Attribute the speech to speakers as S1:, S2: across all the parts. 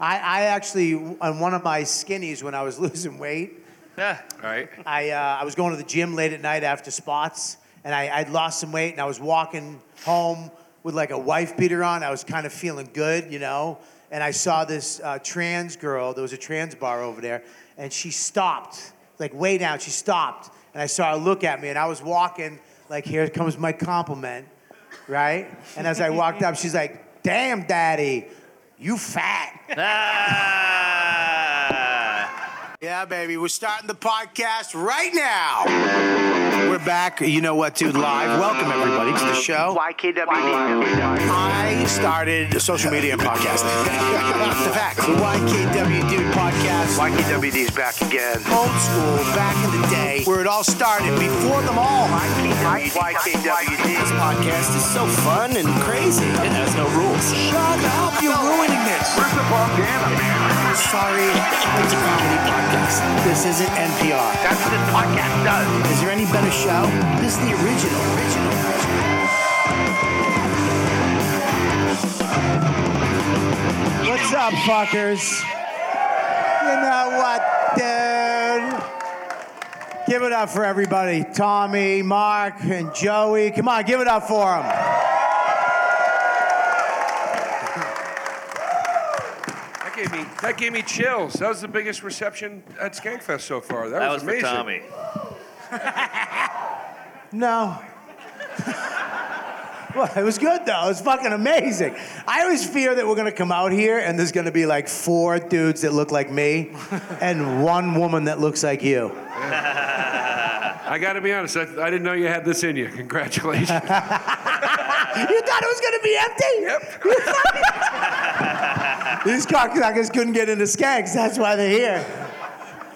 S1: I, I actually, on one of my skinnies when I was losing weight,
S2: Yeah.
S3: Right?
S1: I, uh, I was going to the gym late at night after spots, and I, I'd lost some weight, and I was walking home with like a wife beater on. I was kind of feeling good, you know. And I saw this uh, trans girl. There was a trans bar over there, and she stopped, like way down. She stopped, and I saw her look at me, and I was walking, like, here comes my compliment, right? And as I walked up, she's like, "Damn, daddy, you fat."
S2: Ah.
S1: Yeah, baby, we're starting the podcast right now. We're back. You know what, dude? Live. Welcome everybody to the show. I started social media and podcasting. the fact, the YKWd podcast.
S4: YKWD's back again.
S1: Old school, back in the day, where it all started before them all. This
S4: YKWD.
S1: podcast is so fun and crazy. It has no rules. Shut up! You're ruining this.
S4: Where's the Bandana man?
S1: Sorry, it's a comedy podcast. This isn't NPR.
S4: That's what this podcast does.
S1: Is there any better show? This is the original. Original. What's up, fuckers? You know what, dude? Give it up for everybody. Tommy, Mark, and Joey. Come on, give it up for them.
S3: That gave me that gave me chills. That was the biggest reception at Skankfest so far. That,
S2: That was for
S3: amazing.
S2: Tommy.
S1: No. well, it was good, though. It was fucking amazing. I always fear that we're going to come out here and there's going to be like four dudes that look like me and one woman that looks like you.
S3: I got to be honest. I, I didn't know you had this in you. Congratulations.
S1: You thought it was gonna be empty? Yep. These cocksuckers couldn't get into skanks. That's why they're here.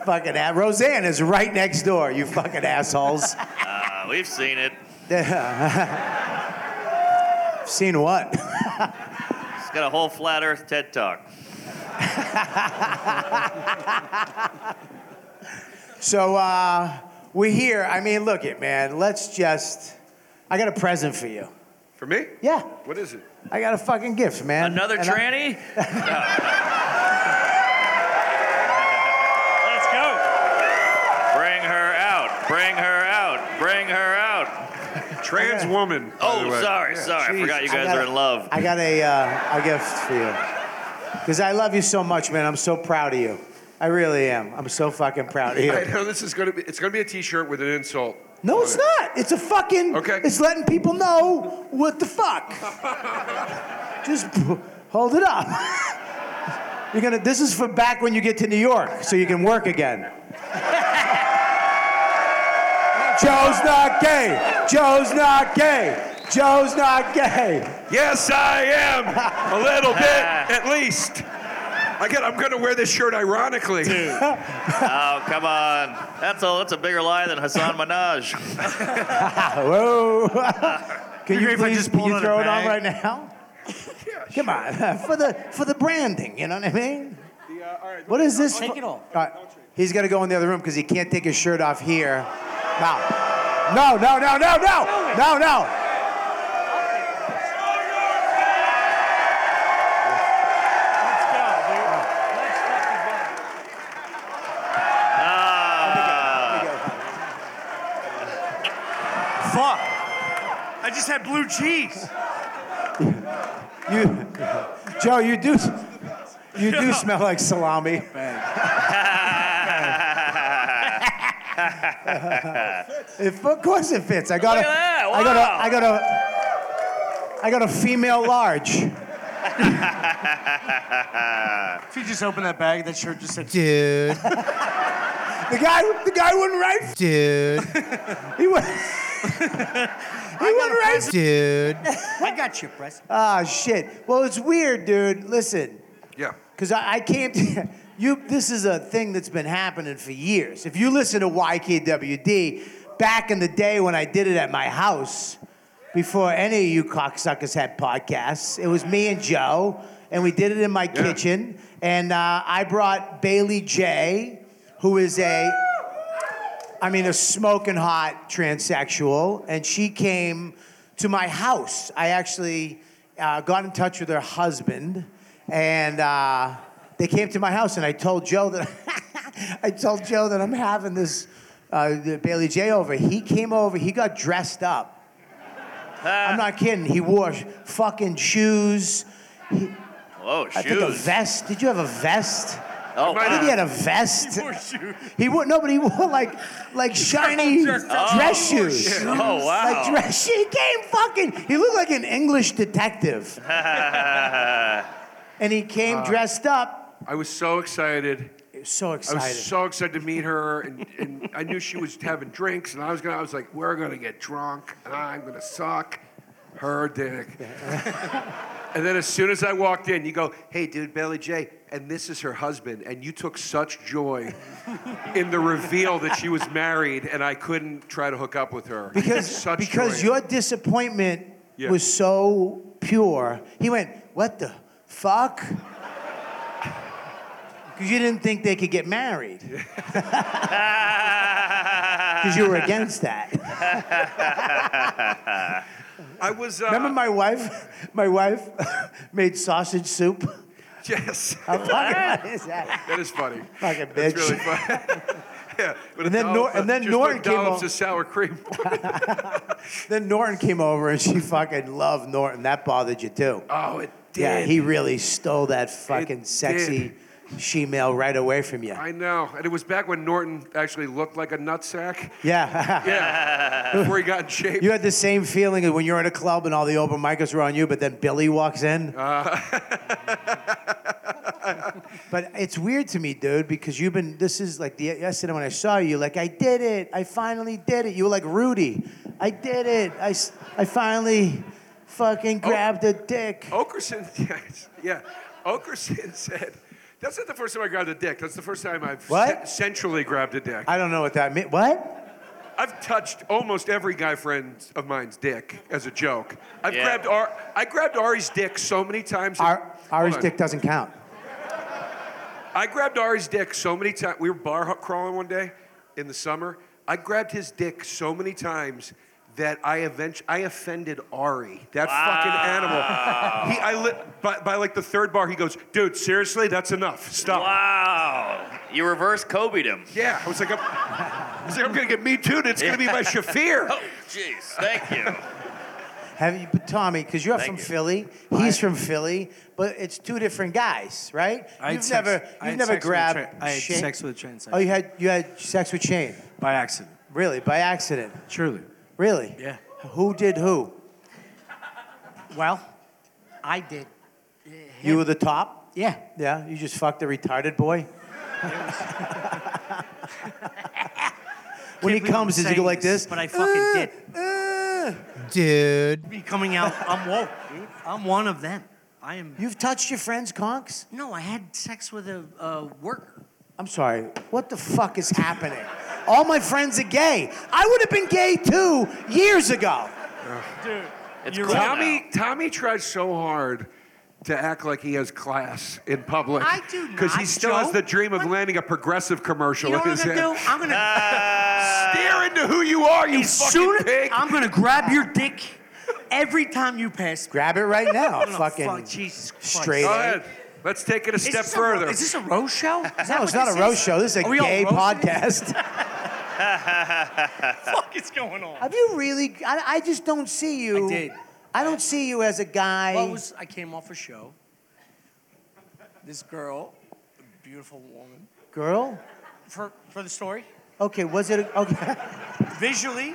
S1: Fucking ass. Roseanne is right next door. You fucking assholes.
S2: Uh, we've seen it.
S1: Seen what?
S2: It's got a whole flat Earth TED talk.
S1: So uh, we're here. I mean, look it, man. Let's just. I got a present for you.
S3: For me?
S1: Yeah,
S3: What is it?
S1: I got a fucking gift, man.
S2: Another
S1: And I-
S2: tranny? Let's go. Bring her out. Bring her out. Bring her out.
S3: Trans woman. by the
S2: Oh,
S3: way.
S2: sorry,
S3: Yeah.
S2: sorry. I forgot you
S1: I
S2: guys
S1: got
S2: are
S1: a-
S2: in love.
S1: I got a, uh, a gift for you. Because I love you so much, man. I'm so proud of you. I really am. I'm so fucking proud of
S3: I
S1: you.
S3: know this is gonna be. It's gonna be a T-shirt with an insult.
S1: No, it's not. It's a fucking.
S3: Okay.
S1: It's letting people know what the fuck. Just p- hold it up. You're gonna. This is for back when you get to New York, so you can work again. Joe's not gay. Joe's not gay. Joe's not gay.
S3: Yes, I am. A little bit, at least. I got. I'm gonna wear this shirt ironically.
S2: Oh, come on. That's a that's a bigger lie than Hassan Minaj.
S1: Whoa. Can
S5: Be
S1: you
S5: great if I
S1: please
S5: just
S1: can
S5: pulled
S1: you
S5: out a
S1: throw it on
S5: bag.
S1: right now? Come on, for the for the branding, you know what I mean? What is this?
S5: uh, Take
S1: for-
S5: it all.
S1: right, He's gonna go in the other room because he can't take his shirt off here. No, no, no, no, no, no, no, no.
S2: Ah.
S5: Fuck. I just had blue cheese.
S1: You, Joe, you do, you do smell like salami. If, of course it fits. I got
S2: Look
S1: a,
S2: at that.
S1: I got
S2: Wow.
S1: a, I got a, I got a female large.
S5: If you just open that bag, that shirt just said.
S6: dude,
S1: The guy, the guy wouldn't write. f-
S6: dude,
S1: He would. he wouldn't write.
S6: dude.
S5: I got you, press.
S1: Ah, shit. Well, it's weird, dude. Listen,
S3: Yeah.
S1: because I, I can't. you. This is a thing that's been happening for years. If you listen to YKWd, back in the day when I did it at my house, before any of you cocksuckers had podcasts, it was me and Joe, and we did it in my kitchen. And uh, I brought Bailey J, who is a I mean, a smoking hot transsexual, and she came to my house. I actually uh, got in touch with her husband, and uh, They came to my house, and I told Joe that I told Joe that I'm having this uh, the Bailey J over. He came over. He got dressed up. I'm not kidding. He wore fucking shoes. He,
S2: Whoa, shoes.
S1: I think a vest. Did you have a vest?
S2: Oh,
S1: I think
S2: wow.
S1: he had a vest.
S5: He wore shoes.
S1: He wore no, but he wore like like shiny
S5: dressed up.
S1: dress
S5: Oh,
S1: shoes.
S5: shit.
S2: Oh, wow.
S1: Like dress. He came fucking. He looked like an English detective. and he came dressed up.
S3: I was so excited.
S1: It was so
S3: I
S1: excited.
S3: was so excited to meet her, and, and I knew she was having drinks, and I was gonna. I was like, we're gonna get drunk, and I'm gonna suck her dick. and then as soon as I walked in, you go, hey, dude, Bailey J, and this is her husband, and you took such joy in the reveal that she was married, and I couldn't try to hook up with her
S1: because
S3: such
S1: because
S3: joy.
S1: your disappointment
S3: Yeah.
S1: was so pure. He went, "What the fuck?" Because you didn't think they could get married. Because you were against that.
S3: I was. Uh,
S1: Remember my wife? My wife made sausage soup.
S3: yes,
S1: How fucking is that?
S3: that is funny.
S1: Fucking
S3: That's
S1: bitch.
S3: really funny. yeah, but a
S1: And then
S3: dollop
S1: Nor-
S3: of-
S1: and then
S3: just
S1: Norton
S3: like
S1: came
S3: dollops
S1: on-
S3: of sour cream.
S1: Then Norton came over and she fucking loved Norton. That bothered you too.
S3: Oh, it did.
S1: Yeah, he really stole that fucking
S3: It
S1: sexy she-male right away from you.
S3: I know, and it was back when Norton actually looked like a nutsack.
S1: Yeah.
S3: Yeah, before he got in shape.
S1: You had the same feeling as when you're in a club and all the open micers were on you, but then Billy walks in.
S3: Uh.
S1: but it's weird to me, dude, because you've been. This is like the yesterday when I saw you, like I did it, I finally did it. You were like Rudy, I did it, I, s- I finally, fucking
S3: Oh.
S1: grabbed a dick.
S3: Okerson, yes, yeah, Okerson said, "That's not the first time I grabbed a dick. That's the first time I've
S1: What?
S3: sen- sensually grabbed a dick. I-
S1: I don't know what that meant. What?
S3: have touched almost every guy friend of mine's dick as a joke. I've
S2: Yeah.
S3: grabbed Ar- I grabbed Ari's dick so many times.
S1: Our, ours
S3: Hold on.
S1: dick doesn't count.
S3: I grabbed Ari's dick so many times. We were bar h- crawling one day in the summer. I grabbed his dick so many times that I eventually I offended Ari, that fucking animal. He, I lit by, by like the third bar. He goes, dude, seriously, that's enough. Stop.
S2: Wow. You reverse Kobe'd him.
S3: Yeah, I was like, I'm, I was like, I'm gonna get me too. It's gonna be my Shafir.
S2: Oh, jeez. Thank you.
S1: Have you, but Tommy, because you're
S2: Thank
S1: from
S2: you.
S1: Philly, he's from Philly, but it's two different guys, right?
S6: I had
S1: you've
S6: sex-
S1: never,
S6: I
S1: you've
S6: had
S1: never
S6: sex with a
S1: grabbed.
S6: tran- I had
S1: Shane-
S6: sex with a transsexual.
S1: Oh, you had you had sex with Shane,
S6: by accident.
S1: really, by accident,
S6: Surely.
S1: really?
S6: Yeah.
S1: Who did who?
S6: Well, I did.
S1: You were the top.
S6: Yeah.
S1: Yeah, you just fucked a retarded boy. when he
S6: Can't believe I'm
S1: comes, does he go
S6: saying
S1: like this? Uh,
S6: But I fucking did.
S1: Dude,
S6: Me coming out, I'm woke, dude. I'm one of them. I am.
S1: you've touched your friend's conks.
S6: No, I had sex with a, a worker.
S1: I'm sorry. What the fuck is happening? All my friends are gay. I would have been gay too years ago.
S2: It's
S6: You're
S2: cool
S6: right.
S2: now.
S3: Tommy, Tommy tries so hard to act like he has class in public.
S6: I do
S3: Because he
S6: not,
S3: still has
S6: Joe.
S3: the dream of
S6: What?
S3: landing a progressive commercial
S6: You know
S3: in
S6: what I'm
S3: his
S6: gonna
S3: head.
S6: do? I'm gonna.
S2: Uh,
S3: Stare into who you are, you
S6: Soon,
S3: Ah, Uh, fucking pig.
S6: I'm gonna grab your dick every time you pass. me.
S1: Grab it right now.
S6: I'm gonna
S1: fucking.
S6: fuck Jesus Christ.
S1: straight
S3: Go
S1: up.
S3: ahead. Let's take it a
S6: Is
S3: step
S6: this a ro-
S3: further.
S6: is this a roast show? Is that
S1: No, it's
S6: what
S1: not a roast show. This is a
S6: Are we all
S1: gay
S6: roasting?
S1: podcast.
S6: What the fuck is going on?
S1: Have you really? I, I just don't see you.
S6: I did.
S1: I don't see you as a guy.
S6: Well, it was, I came off a show. This girl, a beautiful woman.
S1: Girl?
S6: For, for the story,
S1: Okay, was it? A, okay.
S6: visually,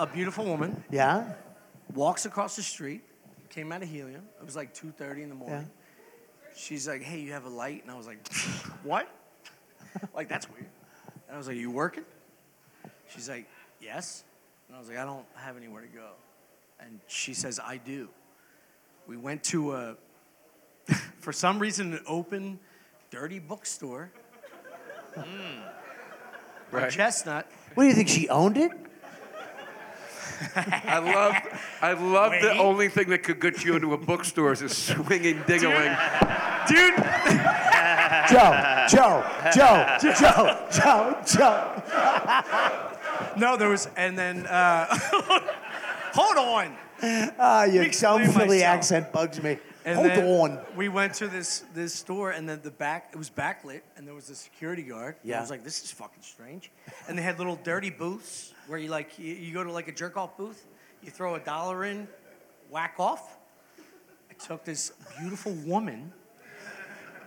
S6: a beautiful woman
S1: Yeah?
S6: walks across the street, came out of Helium. It was like 2.30 in the morning. She's like, hey, you have a light? And I was like, what? like, that's weird. And I was like, you working? She's like, yes. And I was like, I don't have anywhere to go. And she says, I do. We went to a, for some reason, an open, dirty bookstore on
S3: right.
S6: Chestnut.
S1: What do you think? She owned it?
S3: I love, I love the
S6: Wait.
S3: only thing that could get you into a bookstore is a swinging dingaling.
S6: Dude,
S1: Joe, Joe, Joe, Joe, Joe, Joe.
S6: no, there was, and then, uh, hold on.
S1: Ah, your
S6: Explain
S1: dumb Philly
S6: myself.
S1: Ah, accent bugs me.
S6: And
S1: Hold
S6: then
S1: on.
S6: We went to this this store, and then the back it was backlit, and there was a security guard. And
S1: Yeah.
S6: I was like, this is fucking strange. And they had little dirty booths where you like you, you go to like a jerk off booth, you throw a dollar in, whack off. I took this beautiful woman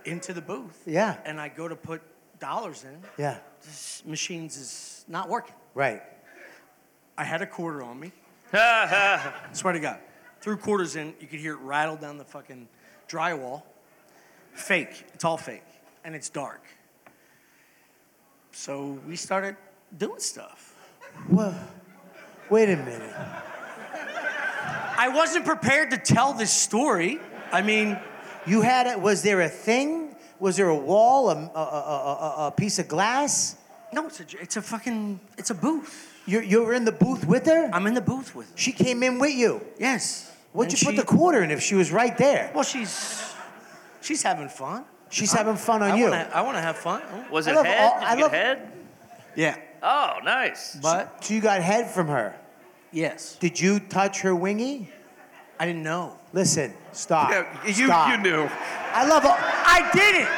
S6: into the booth.
S1: Yeah.
S6: And I go to put dollars in.
S1: Yeah.
S6: This machines is not working.
S1: Right.
S6: I had a quarter on me. Swear to God. Threw quarters in, you could hear it rattle down the fucking drywall. Fake. It's all fake. And it's dark. So we started doing stuff.
S1: Well, wait a minute.
S6: I wasn't prepared to tell this story. I mean,
S1: You had it. Was there a thing? Was there a wall? A, a, a, a, a piece of glass?
S6: no, it's a, j- it's a fucking, it's a booth.
S1: You're, you're in the booth with her.
S6: I'm in the booth with her.
S1: She came in with you.
S6: Yes.
S1: What'd
S6: And
S1: you put
S6: she-
S1: the quarter in if she was right there?
S6: Well, she's, she's having fun.
S1: She's having fun on
S6: I
S1: you.
S6: Wanna, I want to have fun.
S2: Was
S1: I
S2: it
S1: love
S2: head?
S1: all-
S2: Did
S1: I
S2: you
S1: love-
S2: get head?
S6: Yeah.
S2: Oh, nice.
S6: But,
S1: so you got head from her.
S6: yes.
S1: Did you touch her wingy?
S6: I didn't know.
S1: Listen, stop.
S3: Yeah, you,
S1: stop.
S3: you knew.
S1: I love. All,
S6: I did it.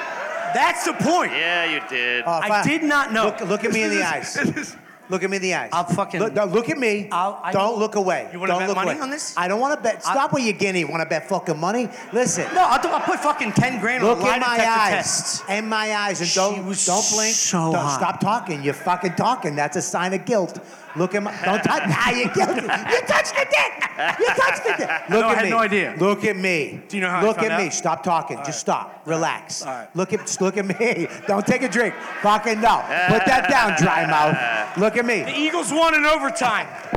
S6: That's the point.
S2: Yeah, you did.
S1: Oh, if
S6: I did not know.
S1: Look, look at me in the eyes.
S3: This is-
S1: Look at me in the eyes.
S6: I'll fucking-
S1: look, no, look at me.
S6: I'll- I-
S1: don't look away.
S6: You wanna
S1: Don't
S6: bet
S1: look
S6: money
S1: away.
S6: on this?
S1: I don't want to bet.
S6: I-
S1: Stop with your guinea. Want to bet fucking money? Listen.
S6: no, I'll, do- I'll put fucking ten grand
S1: Look
S6: on the lie
S1: in my
S6: detector
S1: eyes.
S6: tests.
S1: In my eyes, and
S6: She
S1: don't
S6: was
S1: don't blink.
S6: so
S1: don't,
S6: hot.
S1: Stop talking. You're fucking talking. That's a sign of guilt. Look at my. Don't touch. Ah, you're guilty. You touched the dick. You touched the dick. Look
S6: No, I
S1: at
S6: had
S1: me.
S6: no idea.
S1: Look at me.
S6: Do you know how I
S1: Look
S6: found
S1: at me.
S6: out?
S1: Stop talking. Just stop. Relax.
S6: All right.
S1: Look at just look at me. Don't take a drink. Fucking no. Put that down, dry mouth. Look at me.
S6: The Eagles won in overtime.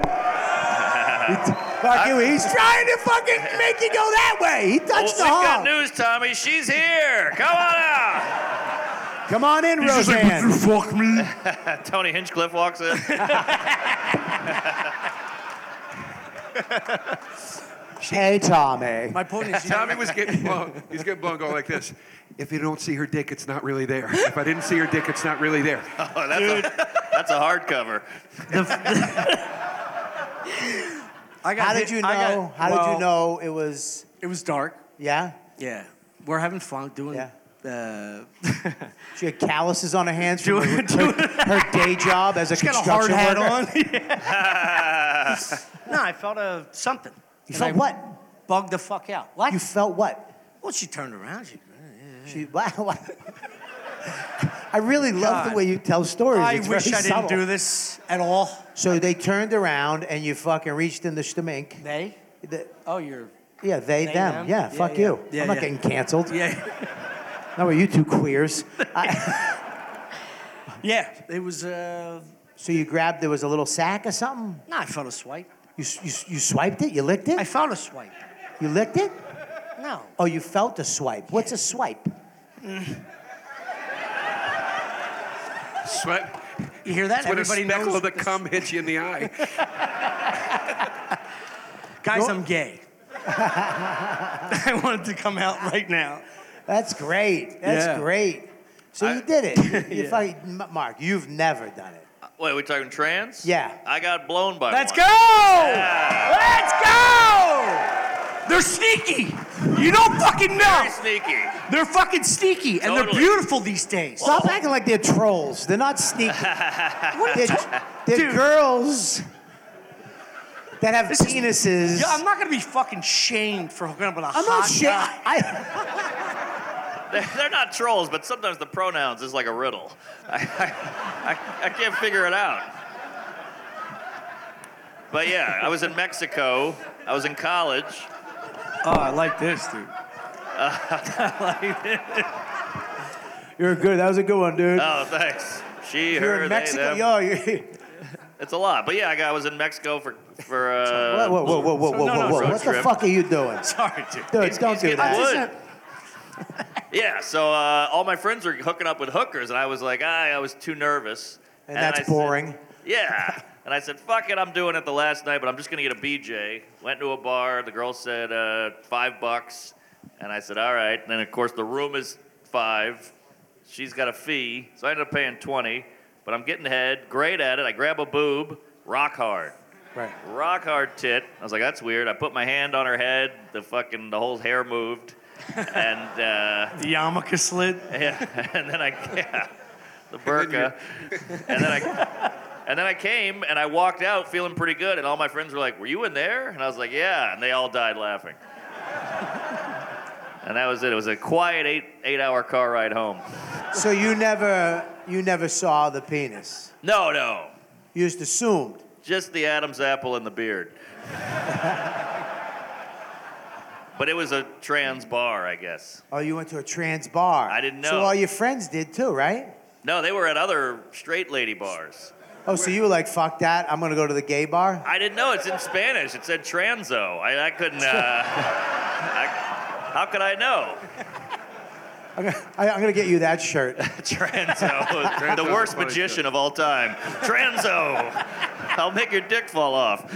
S1: Fuck you. He's trying to fucking make you go that way. He
S2: Well,
S1: touched
S2: we've got
S1: the hall.
S2: news, Tommy. She's here. Come on out.
S1: Come on in,
S3: He's just like, "Would you
S1: Roseanne.
S3: fuck me?
S2: Tony Hinchcliffe walks in.
S1: Hey, Tommy.
S6: My point is, you know,
S3: Tommy was getting blown. He's getting blown going like this. If you don't see her dick, it's not really there. If I didn't see her dick, it's not really there.
S2: Oh, that's, a, that's a hardcover.
S6: I got
S1: How
S6: hit-
S1: did you know?
S6: I got-
S1: how did
S6: well,
S1: you know it was?
S6: It was dark.
S1: Yeah.
S6: Yeah, we're having fun doing.
S1: Yeah.
S6: Uh,
S1: She had calluses on her hands from
S6: Do
S1: her,
S6: it, do
S1: her, her day job as a
S6: got a hard
S1: construction
S6: hat
S1: worker.
S6: on. no, I felt a something.
S1: You
S6: And
S1: felt
S6: I
S1: what?
S6: Bugged the fuck out. What?
S1: You felt what?
S6: well, she turned around. She.
S1: She. Wow. wow. I really love the
S6: God.
S1: way you tell stories.
S6: I
S1: It's
S6: wish
S1: very
S6: I didn't
S1: subtle.
S6: do this at all.
S1: So they turned around and you fucking reached in the stomach.
S6: They?
S1: The-
S6: Oh, you're.
S1: yeah, they,
S6: They,
S1: them.
S6: them?
S1: Yeah,
S6: Yeah,
S1: fuck
S6: yeah.
S1: you.
S6: Yeah,
S1: I'm not
S6: yeah.
S1: getting canceled.
S6: Yeah.
S1: Not with you two queers. I,
S6: Yeah, it was. Uh,
S1: so you grabbed, there was a little sack or something?
S6: no, I felt a swipe.
S1: You, s- you, s- you swiped it? You licked it?
S6: I felt a swipe.
S1: you licked it?
S6: No.
S1: Oh, you felt a swipe. What's a swipe?
S3: Sweat.
S6: You hear that?
S3: That's when a
S6: Everybody
S3: speckle
S6: knows.
S3: of the cum hits you in the eye.
S6: Guys, I'm gay. I wanted to come out right now.
S1: That's great. That's
S6: Yeah.
S1: great. So you did it. You fucking- M- Mark, you've never done it.
S2: Wait, we talking trans?
S1: Yeah.
S2: I got blown by
S6: Let's
S2: one.
S6: go!
S2: Yeah.
S6: Let's go! They're sneaky. You don't fucking know.
S2: Very sneaky.
S6: They're fucking sneaky, and they're
S2: Totally.
S6: beautiful these days.
S1: Stop acting like they're trolls. They're not sneaky.
S6: What are you
S1: They're,
S6: ta-
S1: they're
S6: Dude.
S1: girls that have
S6: This is-
S1: penises.
S6: Yeah, I'm not gonna be fucking shamed for hooking up with a
S1: I'm
S6: hot
S1: not shit.
S6: guy.
S1: I,
S2: They're, they're not trolls, but sometimes the pronouns is like a riddle. I, I, I, I can't figure it out. But yeah, I was in Mexico. I was in college.
S6: Oh, I like this, dude.
S1: you're good. That was a good one, dude.
S2: Oh, thanks. She,
S1: you're
S2: her,
S1: in
S2: they,
S1: Mexico.
S2: them.
S1: Yo, you
S2: It's a lot. But yeah, I, got, I was in Mexico for for. Uh,
S1: whoa, whoa, whoa, whoa, whoa, whoa,
S6: no, no,
S1: whoa, whoa.
S2: road
S1: What the
S2: trip.
S1: fuck are you doing?
S6: Sorry, dude.
S1: Dude,
S2: He's-
S1: don't
S2: he's
S1: do
S2: getting
S1: that.
S2: wood. yeah, so uh, all my friends were hooking up with hookers, and I was like, I, I was too nervous.
S1: And
S2: I
S1: that's
S2: said-
S1: boring.
S2: yeah. And I said, fuck it, I'm doing it the last night, but I'm just going to get a BJ. Went to a bar. The girl said, uh, five bucks. And I said, all right. And then, of course, the room is five. She's got a fee. So I ended up paying 20. But I'm getting head, great at it. I grab a boob, rock hard.
S1: Right.
S2: rock hard tit. I was like, that's weird. I put my hand on her head. The fucking the whole hair moved, and uh,
S5: The yarmulke slid.
S2: yeah, and then I yeah, the burqa, and then I. And then I came and I walked out feeling pretty good, and all my friends were like, "Were you in there?" And I was like, "Yeah," and they all died laughing. and that was it. It was a quiet eight eight-hour car ride home.
S1: So you never you never saw the penis.
S2: No, no,
S1: You just assumed.
S2: Just the Adam's apple and the beard. but it was a trans bar, I guess.
S1: Oh, you went to a trans bar.
S2: I didn't
S1: So
S2: know.
S1: all your friends did too, right?
S2: No, they were at other straight lady bars.
S1: Oh, so you were like, fuck that, I'm gonna go to the gay bar?
S2: I didn't know it's in Spanish. It said transo. I, I couldn't. Uh, I, how could I know?
S1: I'm gonna, I, I'm gonna get you that shirt.
S2: Transo, the
S3: Transo's
S2: worst
S3: a funny
S2: magician of all time. Transo. I'll make your dick fall off.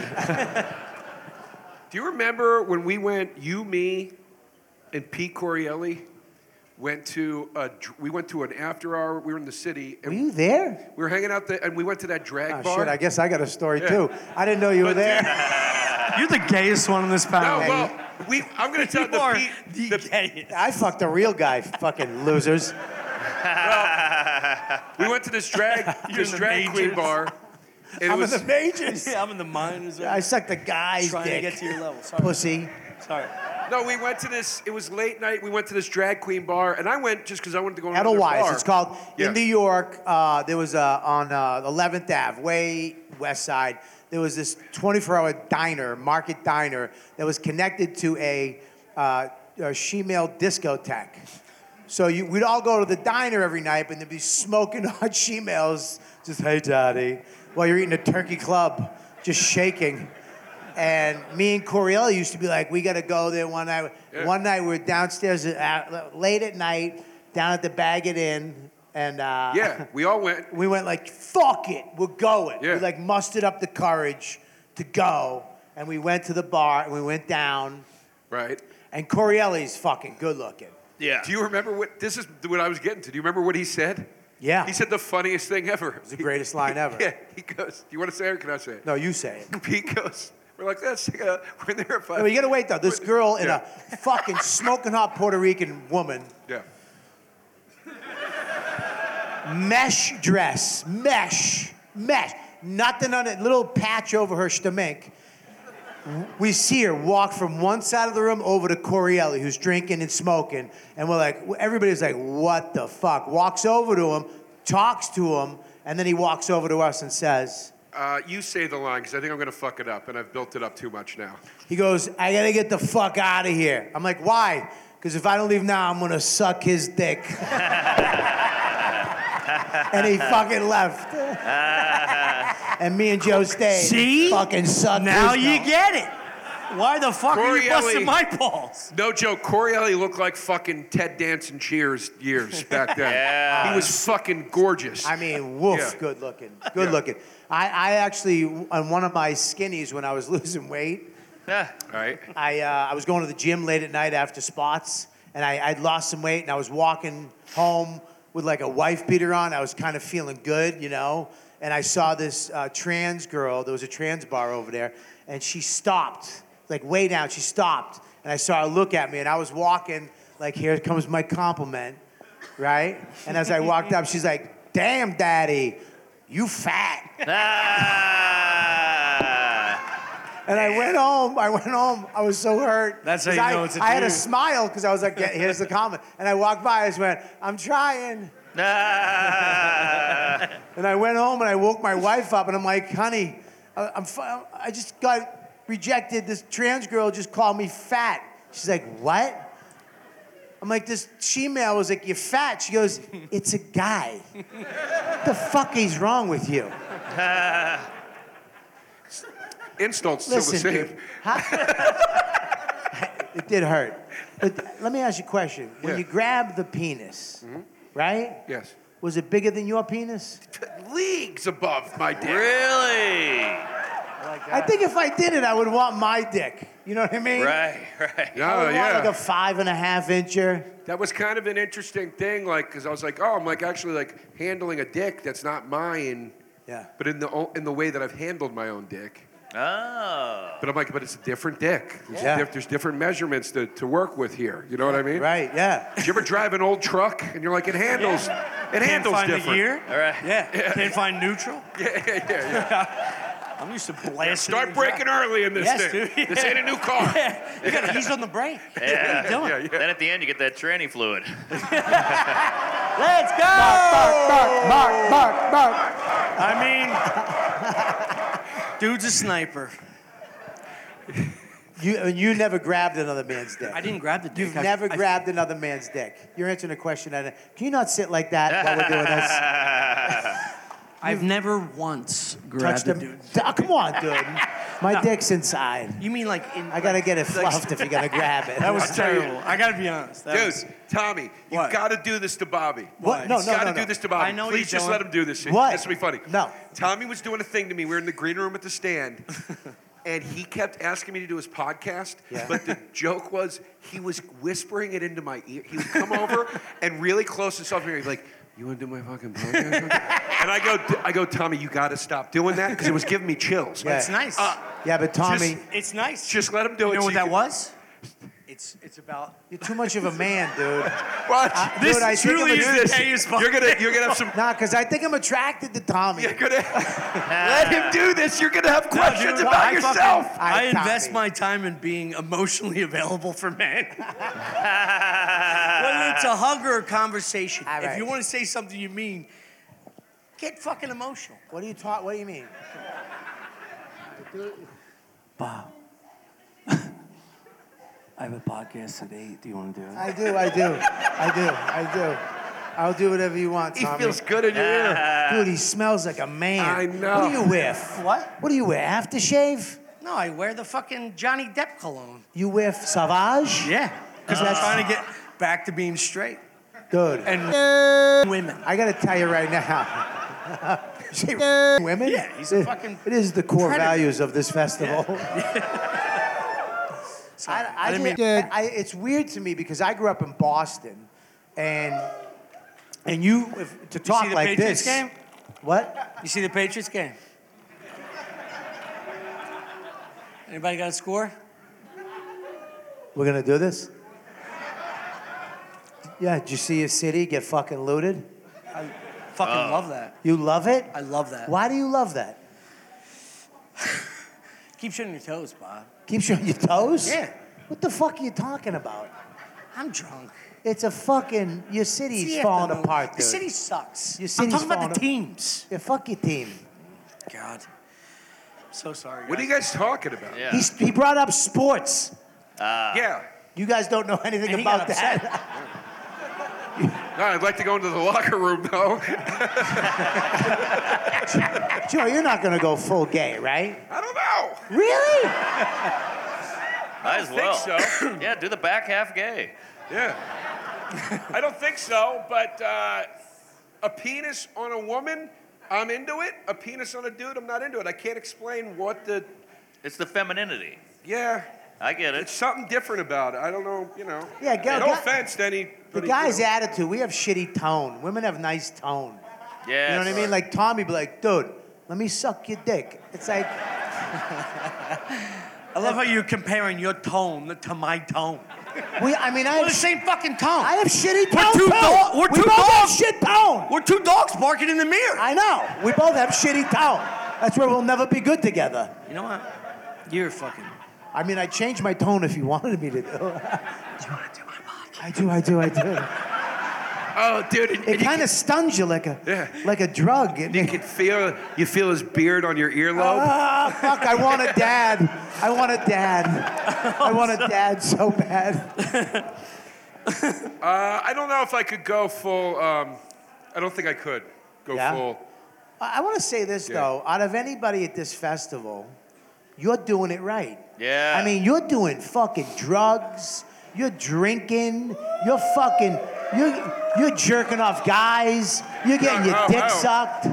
S3: Do you remember when we went, you, me, and Pete Corielli went to a, dr- we went to an after hour, we were in the city,
S1: Were
S3: and
S1: you there?
S3: we were hanging out there, and we went to that drag
S1: Oh,
S3: bar.
S1: shit, I guess I got a story
S3: Yeah.
S1: too. I didn't know you were
S3: But,
S1: there.
S5: You're the gayest one in this
S3: No,
S5: panel.
S3: well, we, I'm going to tell
S5: you
S3: the
S5: are
S3: Pete,
S5: the
S3: the
S5: gayest.
S1: I fucked a real guy, fucking losers.
S3: We went to this drag,
S5: You're
S3: this
S5: in the
S3: drag queen
S5: majors.
S3: bar. and It
S1: I'm
S3: was,
S1: in the majors.
S6: Yeah, I'm in the minors.
S1: I
S6: I'm
S1: sucked a guy's
S6: trying to
S1: dick.
S6: get to your level. Sorry.
S1: Pussy.
S6: Sorry.
S3: no, we went to this. It was late night. We went to this drag queen bar, and I went just because I wanted to go. to another
S1: Edelweiss.
S3: bar.
S1: It's called
S3: Yeah.
S1: in New York. Uh, there was uh, on uh, 11th Ave, way west side. There was this 24-hour diner, market diner, that was connected to a, uh, a female discotheque. So you, we'd all go to the diner every night, and there'd be smoking hot shemales, just hey daddy, while you're eating a turkey club, just shaking. And me and Coriella used to be like, we gotta go there one night.
S3: Yeah.
S1: One night we were downstairs at, late at night, down at the Baggett Inn, and uh,
S3: Yeah, we all went.
S1: we went like, fuck it, we're going.
S3: Yeah.
S1: We like mustered up the courage to go, and we went to the bar and we went down.
S3: Right.
S1: And Coriella's fucking good looking.
S2: Yeah.
S3: Do you remember what this is? What I was getting to? Do you remember what he said?
S1: Yeah,
S3: He said the funniest thing ever. It was
S1: the greatest line ever.
S3: Yeah. He goes, "Do you want to say it? or Can I say it?"
S1: No, you say it.
S3: He goes, "We're like that's uh, we're there at
S1: I
S3: five.
S1: mean, you gotta wait though. This girl in
S3: Yeah.
S1: a fucking smoking hot Puerto Rican woman,
S3: yeah.
S1: mesh dress, mesh, mesh, nothing on it, little patch over her stomach. We see her walk from one side of the room over to Corielli, who's drinking and smoking, and we're like, everybody's like, what the fuck? Walks over to him, talks to him, and then he walks over to us and says,
S3: Uh, you say the line because I think I'm gonna fuck it up, and I've built it up too much now.
S1: He goes, I gotta get the fuck out of here. I'm like, why? Because if I don't leave now, I'm gonna suck his dick. and he fucking left. and me and Joe stayed.
S5: See?
S1: Fucking sucked
S5: Now
S1: his
S5: you
S1: nut.
S5: get it. Why the fuck are
S3: Corey
S5: you busting
S3: Ellie.
S5: my balls?
S3: No joke, Corielli looked like fucking Ted Danson Cheers years back then.
S2: Yeah.
S3: He was fucking gorgeous.
S1: I mean, woof,
S3: Yeah.
S1: good looking. Good
S3: Yeah.
S1: looking. I, I actually, on one of my skinnies when I was losing weight,
S2: Yeah.
S3: All right.
S1: I, uh, I was going to the gym late at night after spots, and I, I'd lost some weight, and I was walking home with like a wife beater on. I was kind of feeling good, you know. And I saw this uh, trans girl. There was a trans bar over there, and she stopped, like way down. She stopped, and I saw her look at me, and I was walking, like, here comes my compliment, right? And as I walked up, she's like, "Damn, daddy, you fat."
S2: Ah.
S1: And I went home. I went home. I was so hurt.
S5: That's how
S1: 'Cause
S5: you
S1: I,
S5: know it's a
S1: I had a
S5: dude.
S1: smile because I was like, yeah, "Here's the comment." And I walked by. I just went, "I'm trying."
S2: Ah.
S1: And I went home and I woke my wife up and I'm like, "Honey, I, I'm. fi- I just got rejected. This trans girl just called me fat." She's like, "What?" I'm like, "This female was like, you're fat." She goes, "It's a guy. what the fuck is wrong with you?"
S3: Insult's still the
S1: Listen,
S3: same.
S1: dude, how- it did hurt. But let me ask you a question. When
S3: Yeah.
S1: you grabbed the penis, right?
S3: Yes.
S1: Was it bigger than your penis?
S3: Leagues above my dick.
S2: really?
S1: I think if I did it, I would want my dick. You know what I mean?
S2: Right, right.
S3: Yeah,
S1: I would want
S3: Oh, yeah.
S1: like a five and a half incher.
S3: that was kind of an interesting thing, like, because I was like, oh, I'm like actually like handling a dick that's not mine,
S1: Yeah.
S3: but in the o- in the way that I've handled my own dick.
S2: Oh.
S3: But I'm like, but it's a different dick. There's,
S1: Yeah.
S3: diff- there's different measurements to, to work with here. You know what I mean?
S1: Right, yeah.
S3: Did you ever drive an old truck and you're like, it handles, it
S5: Can't
S3: handles
S5: find
S3: different.
S5: a year.
S2: All right.
S5: Yeah. Can't find neutral.
S3: Yeah, yeah, yeah, yeah.
S5: I'm used to blasting.
S3: Start
S5: these
S3: braking early in this
S5: Yes,
S3: thing.
S5: dude.
S3: This ain't a new car.
S5: out. You got he's on the brake.
S2: Yeah.
S5: What are you doing?
S3: Yeah, yeah.
S2: Then at the end, you get that tranny fluid.
S1: Let's go! Mark, Mark, Mark, Mark, Mark.
S5: I
S6: Dude's a sniper.
S1: You, and you never grabbed another man's dick.
S6: I didn't grab the dick.
S1: You've
S6: I-
S1: never
S6: I-
S1: grabbed another man's dick. You're answering a question. I don't- Can you not sit like that while we're doing this?
S6: I've never once
S1: Touch
S6: grabbed a
S1: them.
S6: dude.
S1: Oh, come on, dude. My dick's inside.
S6: You mean like in?
S1: I gotta get it fluffed if you're gonna grab it.
S6: That was terrible. I gotta be honest. That
S3: Dude,
S6: was-
S3: Tommy, you
S6: What?
S3: got to do this to Bobby.
S1: What? No,
S3: You
S1: no,
S3: got to
S1: no, no.
S3: do this to Bobby.
S6: I know what
S3: Please
S6: you're
S3: just
S6: doing.
S3: let him do this. shit.
S1: What?
S3: This will be funny.
S1: No.
S3: Tommy was doing a thing to me. We were in the green room at the stand, and he kept asking me to do his podcast.
S1: Yeah.
S3: But the joke was he was whispering it into my ear. He would come over and really close himself here. He'd be like, "You want to do my fucking podcast?" and I go, "D- "I go, Tommy, you got to stop doing that because it was giving me chills."
S1: Yeah.
S6: It's nice.
S3: uh,
S1: yeah, but Tommy,
S6: it's nice.
S3: Just let him do it.
S6: you know
S3: so
S6: what that
S3: can-
S6: was? It's it's about
S1: you're too much of a man, dude.
S3: What?
S1: I- This dude, I think truly I'm a- is the
S3: This-
S5: gayest
S3: You're gonna, you're gonna have some.
S1: Nah, because I think I'm attracted to Tommy.
S3: You're gonna let him do this. You're gonna have questions
S5: dude,
S3: about
S5: I fucking-
S3: yourself.
S6: I, invest
S1: Tommy.
S6: my time in being emotionally available for men. Whether it's a hug or a conversation.
S1: All
S6: If
S1: right.
S6: you want to say something you mean, get fucking emotional.
S1: What do you talk? What do you mean?
S6: I have a podcast at eight. Do you want to do it?
S1: I do, I do, I do, I do. I'll do whatever you want,
S3: he
S1: Tommy.
S3: feels good in your ear.
S1: Dude, he smells like a man.
S3: I know.
S1: What do you whiff?
S6: What?
S1: What do you wear? Aftershave?
S6: No, I wear the fucking Johnny Depp cologne.
S1: You whiff Savage?
S6: Yeah, because I'm trying to get back to being straight
S1: Dude.
S6: and women.
S1: I gotta tell you right now. She women?
S6: Yeah, he's a fucking
S1: It is the core
S6: predator.
S1: values of this festival. I, I,
S6: I didn't
S1: just- I- it's weird to me because I grew up in Boston, and and you if, to talk
S6: see the
S1: like this.
S6: Patriots game?
S1: What?
S6: You see the Patriots game? Anybody got a score?
S1: We're gonna do this? Yeah. Did you see your city get fucking looted?
S6: Fucking love that.
S1: You love it?
S6: I love that.
S1: Why do you love that?
S6: Keep shooting your toes, Bob.
S1: Keeps you on your toes?
S6: Yeah.
S1: What the fuck are you talking about?
S6: I'm drunk.
S1: It's a fucking your city's
S6: It's the
S1: falling
S6: afternoon.
S1: apart, dude.
S6: The city sucks.
S1: Your
S6: I'm
S1: city's
S6: talking about
S1: falling
S6: the
S1: ap-
S6: teams.
S1: Yeah, fuck your team.
S6: God. I'm so sorry.
S3: What are
S6: guys.
S3: you guys talking about? Yeah.
S1: He's, he brought up sports.
S3: yeah.
S1: You guys don't know anything
S6: And he
S1: about
S6: got upset.
S1: that.
S3: No, I'd like to go into the locker room though.
S1: Joe, you're not gonna go full gay, right?
S3: I don't know.
S1: Really?
S2: Might as well.
S3: think so.
S2: yeah, do the back half gay.
S3: Yeah. I don't think so, but uh, a penis on a woman, I'm into it. A penis on a dude, I'm not into it. I can't explain what the.
S2: It's the femininity.
S3: Yeah.
S2: I get
S3: It's
S2: it.
S3: something different about it. I don't know, you know.
S1: Yeah, go-
S3: No
S1: go-
S3: offense to any.
S1: The guy's attitude. We have shitty tone. Women have nice tone.
S2: Yeah.
S1: You know what I mean? Like Tommy, be like, dude, let me suck your dick. It's like,
S6: I love how you're comparing your tone to my tone.
S1: we. I mean, I
S6: We're
S1: have,
S6: the
S1: sh-
S6: same fucking tone.
S1: I have shitty
S6: We're
S1: tone.
S6: two
S1: too.
S6: dog- we're
S1: we
S6: two
S1: both have
S6: dogs.
S1: shit tone.
S6: We're two dogs barking in the mirror.
S1: I know. We both have shitty tone. That's where we'll never be good together.
S6: you know what? You're fucking.
S1: I mean, I changed my tone if you wanted me to do. I do, I do, I do.
S3: Oh, dude. and- and
S1: It
S3: you
S1: kind of stuns you like a
S3: Yeah.
S1: like a drug. It
S3: You
S1: make-
S3: can feel you feel his beard on your earlobe.
S1: ah, fuck! I want a dad. I want a dad. I want a dad so bad.
S3: Uh, I don't know if I could go full. Um, I don't think I could go
S1: Yeah?
S3: full.
S1: I, want to say this
S3: Yeah.
S1: though: out of anybody at this festival, you're doing it right.
S2: Yeah.
S1: I mean, you're doing fucking drugs. You're drinking. You're fucking. You're you're jerking off guys. You're getting
S3: No,
S1: your
S3: no,
S1: dick
S3: I don't.
S1: sucked.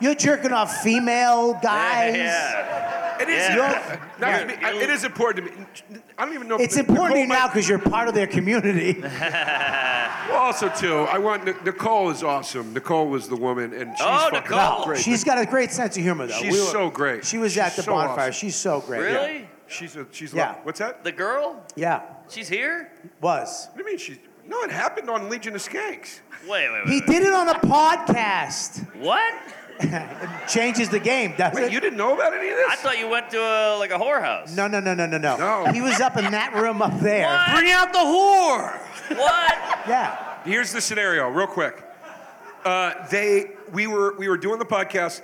S1: You're jerking off female guys.
S2: Yeah.
S3: It is.
S2: Yeah.
S3: important. Not to me- I- it is important to me. I don't even know. if
S1: It's
S3: Nic-
S1: important to
S3: Nicole
S1: you now because you're part of their community.
S3: might- Also, too, I want Nic- Nicole is awesome. Nicole was the woman, and she's
S2: Oh,
S3: fucking
S2: Nicole.
S3: great.
S1: She's got a great sense of humor, though.
S3: She's so great.
S1: She was at
S3: She's
S1: the
S3: so
S1: bonfire.
S3: awesome.
S1: She's so great.
S2: Really?
S3: she's a, she's
S1: Yeah.
S3: like, what's that?
S2: The girl?
S1: Yeah.
S2: She's here?
S1: Was.
S3: What do you mean? She's no. It happened on Legion of Skanks.
S2: Wait, wait, wait.
S1: He
S2: wait.
S1: did it on a podcast.
S2: What?
S1: Changes the game, doesn't
S3: Wait,
S1: it?
S3: you didn't know about any of this?
S2: I thought you went to a, like a whorehouse.
S1: No, no, no, no, no, no.
S3: No.
S1: He was up in that room up there.
S2: What?
S6: Bring out the whore.
S2: What?
S1: Yeah.
S3: Here's the scenario, real quick. Uh, they, we were, we were doing the podcast.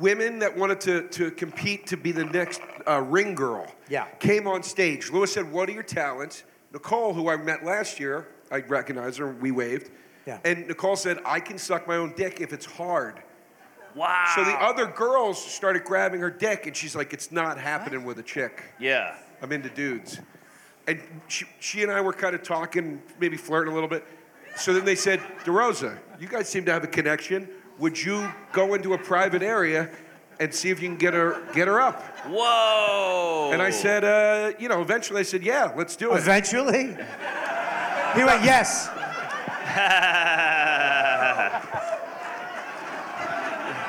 S3: Women that wanted to, to compete to be the next uh, ring girl
S1: Yeah.
S3: came on stage. Lewis said, "What are your talents?" Nicole, who I met last year, I recognized her. We waved.
S1: Yeah.
S3: And Nicole said, "I can suck my own dick if it's hard."
S2: Wow.
S3: So the other girls started grabbing her dick, and she's like, "It's not happening with a chick.
S2: yeah.
S3: I'm into dudes." And she, she and I were kind of talking, maybe flirting a little bit. So then they said, DeRosa, you guys seem to have a connection. Would you go into a private area and see if you can get her get her up?
S2: Whoa.
S3: And I said, uh, you know, eventually I said, yeah, let's do it.
S1: Eventually. He went, yes.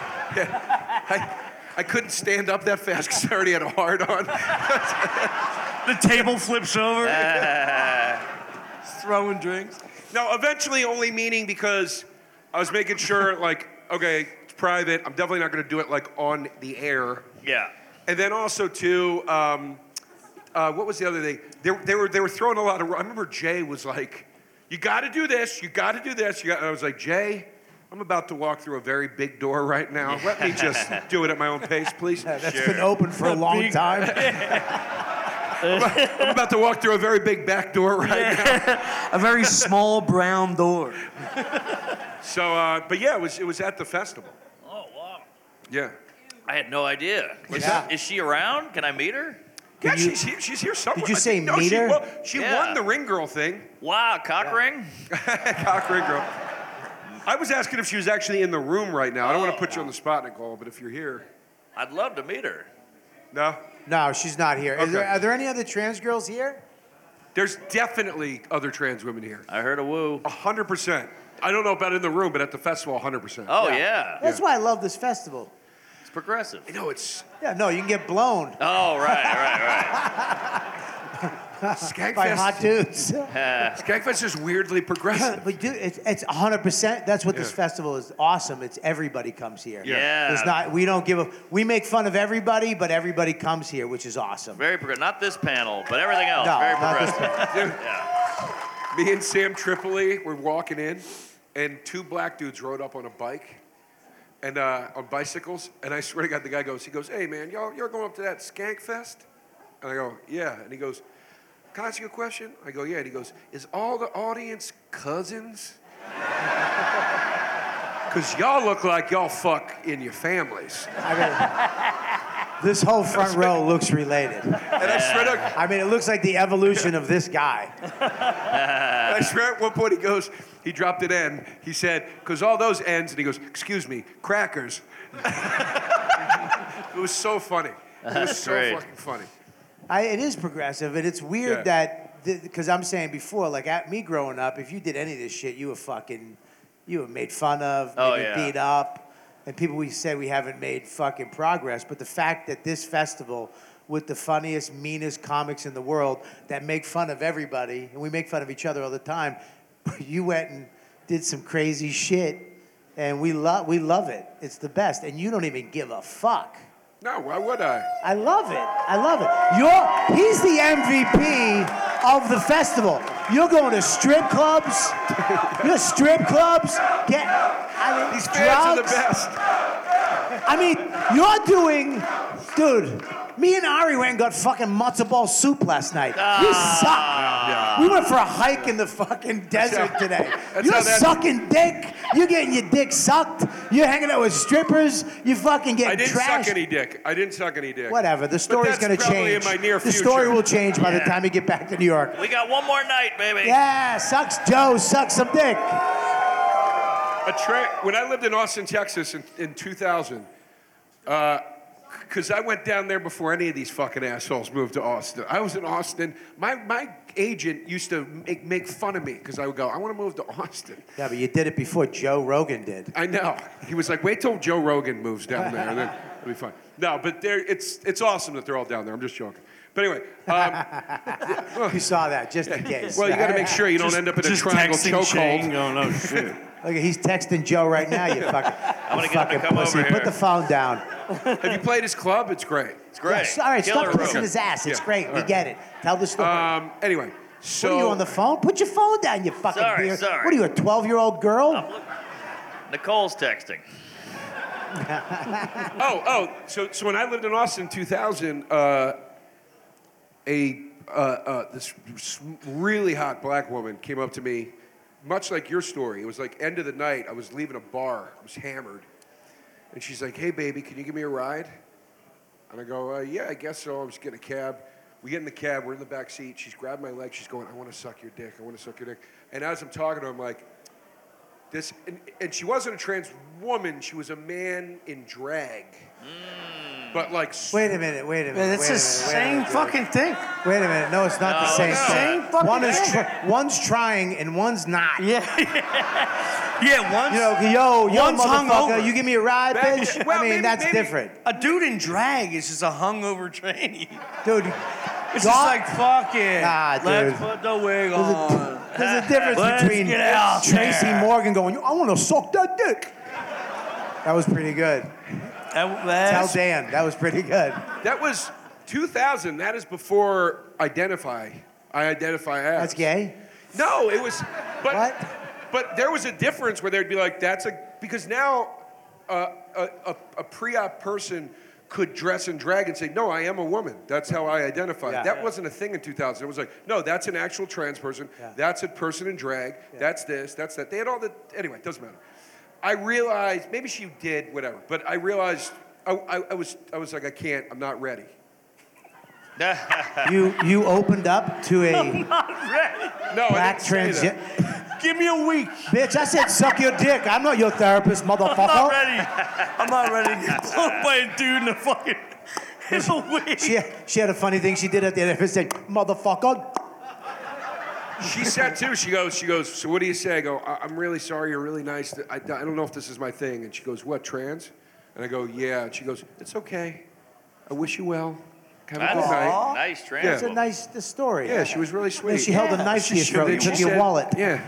S3: I, I couldn't stand up that fast because I already had a hard on.
S5: The table flips over.
S6: Throwing drinks.
S3: No, eventually only meaning because I was making sure, like, okay, it's private. I'm definitely not going to do it, like, on the air.
S2: yeah.
S3: And then also, too, um, uh, what was the other thing? They, they, were, they were throwing a lot of. I remember Jay was like, you got to do this, you got to do this. You got, and I was like, Jay, I'm about to walk through a very big door right now. Let me just do it at my own pace, please.
S1: That's been open for a long time.
S3: I'm about to walk through a very big back door right now.
S6: A very small brown door.
S3: So, uh, but yeah, it was it was at the festival.
S2: Oh, wow.
S3: Yeah.
S2: I had no idea. Is,
S1: Yeah.
S2: is she around? Can I meet her?
S3: Yeah,
S1: you-
S3: she's here. She's here somewhere.
S1: you
S3: I
S1: say
S3: think- no, She,
S1: meter?
S3: won, she
S2: Yeah.
S3: won the ring girl thing.
S2: Wow, cock ring?
S3: Cock ring girl. I was asking if she was actually in the room right now. I don't want to put you on the spot, Nicole, but if you're here,
S2: I'd love to meet her.
S3: no.
S1: No, she's not here. Is
S3: Okay.
S1: there, are there any other trans girls here?
S3: There's definitely other trans women here.
S2: I heard a woo.
S3: A hundred percent. I don't know about in the room, but at the festival, a hundred percent.
S2: Oh, yeah.
S1: That's why I love this festival.
S2: It's progressive.
S3: You know, it's
S1: Yeah, no, you can get blown
S2: Oh, right, right, right.
S1: by hot
S3: Skagfest.
S1: dudes.
S3: Skagfest is weirdly progressive.
S1: But dude, it's, it's 100%. That's what this
S3: Yeah.
S1: festival is awesome. It's everybody comes here.
S3: Yeah.
S1: It's not, we don't give a, we make fun of everybody, but everybody comes here, which is awesome.
S2: Very progressive. Not this panel, but everything else.
S1: No,
S2: Very
S1: not this
S2: progressive.
S3: Me and Sam Tripoli were walking in, and two black dudes rode up on a bike, and uh, on bicycles. And I swear to God, the guy goes, he goes, "Hey man, y'all, y'all going up to that skank fest?" And I go, "Yeah." And he goes, "Can I ask you a question?" I go, "Yeah." And he goes, "Is all the audience cousins?" Cause y'all look like y'all fuck in your families.
S1: I mean, this whole front row looks related.
S3: And I swear to
S1: I mean, it looks like the evolution of this guy.
S3: And I swear at one point he goes, he dropped an N. He said, because all those N's, and he goes, excuse me, crackers. it was so funny. It was so
S2: great.
S3: fucking funny.
S1: I, it is progressive, and it's weird
S3: Yeah.
S1: that because I'm saying before, like at me growing up, if you did any of this shit, you were fucking, you were made fun of,
S2: Oh,
S1: maybe
S2: yeah.
S1: beat up, and people we say we haven't made fucking progress. But the fact that this festival with the funniest, meanest comics in the world that make fun of everybody, and we make fun of each other all the time, you went and did some crazy shit, and we love we love it. It's the best, and you don't even give a fuck.
S3: No, why would I?
S1: I love it. I love it. You're he's the MVP of the festival. You're going to strip clubs. You're strip clubs. Get I mean,
S3: These
S1: drugs.
S3: fans are the best.
S1: I mean, you're doing, dude. Me and Ari went and got fucking matzo ball soup last night.
S3: Ah.
S1: you suck. We went for a hike in the fucking desert
S3: how-
S1: today.
S3: that's
S1: You're
S3: how that-
S1: sucking dick. You're getting your dick sucked. You're hanging out with strippers. You fucking
S3: I
S1: getting
S3: didn't
S1: trashed.
S3: suck any dick. I didn't suck any dick.
S1: Whatever. The story's
S3: that's
S1: going to
S3: probably
S1: change.
S3: in my near
S1: The story
S3: future.
S1: will change by the time you get back to New York.
S2: We got one more night, baby.
S1: Yeah, sucks Joe, sucks some dick.
S3: A tra- when I lived in Austin, Texas in, in 2000, uh, because I went down there before any of these fucking assholes moved to Austin. I was in Austin. My my agent used to make, make fun of me because I would go, I want to move to Austin.
S1: Yeah, but you did it before Joe Rogan did.
S3: I know. He was like, wait till Joe Rogan moves down there, and then it'll be fine. No, but they're, it's it's awesome that they're all down there. I'm just joking. But anyway, um,
S1: You saw that, just in case.
S3: Oh. well, you got to make sure you don't end up in a
S5: Just
S3: triangle
S5: texting Shane
S3: chokehold.
S5: going, oh, shit.
S1: Look, he's texting Joe right now. You fucking, I'm
S2: gonna
S1: you
S2: get him to
S1: fucking
S2: come over
S1: pussy.
S2: here.
S1: Put the phone down.
S3: Have you played his club? It's great.
S2: It's great.
S1: Yeah, all right,
S2: Killer
S1: stop kissing
S2: room.
S1: his ass. It's
S3: Yeah,
S1: great.
S3: all
S1: We
S3: right.
S1: get it. Tell the story.
S3: Um, anyway, so
S1: what are you on the phone? Put your phone down, you fucking
S2: Sorry,
S1: beer.
S2: sorry.
S1: What are you, a 12 year old girl?
S2: Nicole's texting.
S3: Oh, oh. So, so when I lived in Austin in 2000, uh, a uh, uh, this s- really hot black woman came up to me, much like your story. It was like end of the night. I was leaving a bar. I was hammered, and she's like, "Hey, baby, can you give me a ride?" And I go, uh, "Yeah, I guess so." I was getting a cab. We get in the cab. We're in the back seat. She's grabbed my leg. She's going, "I want to suck your dick. I want to suck your dick." And as I'm talking to her, I'm like, "This." And, and she wasn't a trans woman. She was a man in drag. But like, s-
S1: Wait a minute, wait a minute.
S6: Man,
S1: wait
S6: it's the
S1: a minute, wait a
S6: same
S1: minute,
S6: fucking thing.
S1: dude. Wait a minute. No, it's not the
S2: No,
S1: same
S2: it's
S1: thing.
S6: not. Same
S1: One
S6: fucking
S1: is tr- one's trying and one's not.
S6: Yeah.
S5: Yeah, once.
S1: You know, yo, yo,
S6: One's
S1: motherfucker,
S6: hungover.
S1: you give me a ride,
S3: Back-
S1: bitch.
S3: well,
S1: I mean,
S3: maybe-
S1: that's
S3: maybe-
S1: different,
S6: A dude in drag is just a hungover tranny.
S1: dude.
S6: It's
S1: God-
S6: just like, fuck it.
S1: Ah,
S6: Let's
S1: dude.
S6: put the wig
S1: There's
S6: on.
S1: a, there's a difference
S6: Let's
S1: between
S6: get out
S1: Tracy
S6: there.
S1: Morgan going, I want to suck that dick. That was pretty good.
S6: That-
S1: Tell
S6: that's-
S1: Dan, that was pretty good.
S3: That was 2000. That is before Identify. I identify as.
S1: That's gay.
S3: No, it was. But,
S1: What?
S3: But there was a difference where they'd be like, that's a. Because now uh, a, a, a pre op person could dress in drag and say, no, I am a woman. That's how I identify.
S1: Yeah.
S3: That wasn't a thing in 2000. It was like, no, that's an actual trans person. That's a person in drag. That's this. That's that. They had all the. Anyway, it doesn't matter. I realized, maybe she did, whatever, but I realized. I, I, I was I was like I can't I'm not ready.
S1: You you opened up to a
S3: No, I
S1: black
S3: didn't say
S1: trans.
S3: that.
S6: Give me a week.
S1: Bitch, I said suck your dick. I'm not your therapist,
S5: I'm not
S1: motherfucker.
S5: ready. I'm not ready to get blown by a dude in a fucking. In a wig.
S1: She, she had a funny thing she did at the end of it. Said, motherfucker.
S3: She said too. She goes. She goes. So what do you say? I go. "I- I'm really sorry. You're really nice. I, I don't know if this is my thing. And she goes, what trans? And I go, yeah. And she goes, it's okay. I wish you well. Have a good
S2: That's
S3: night.
S2: nice trans
S3: Yeah.
S1: It's a
S2: woman.
S1: nice story.
S3: Yeah, she was really sweet.
S1: Then she held a knife to your
S3: She-
S1: throat
S3: then
S1: and
S3: she
S1: took your
S3: said-
S1: wallet.
S3: Yeah.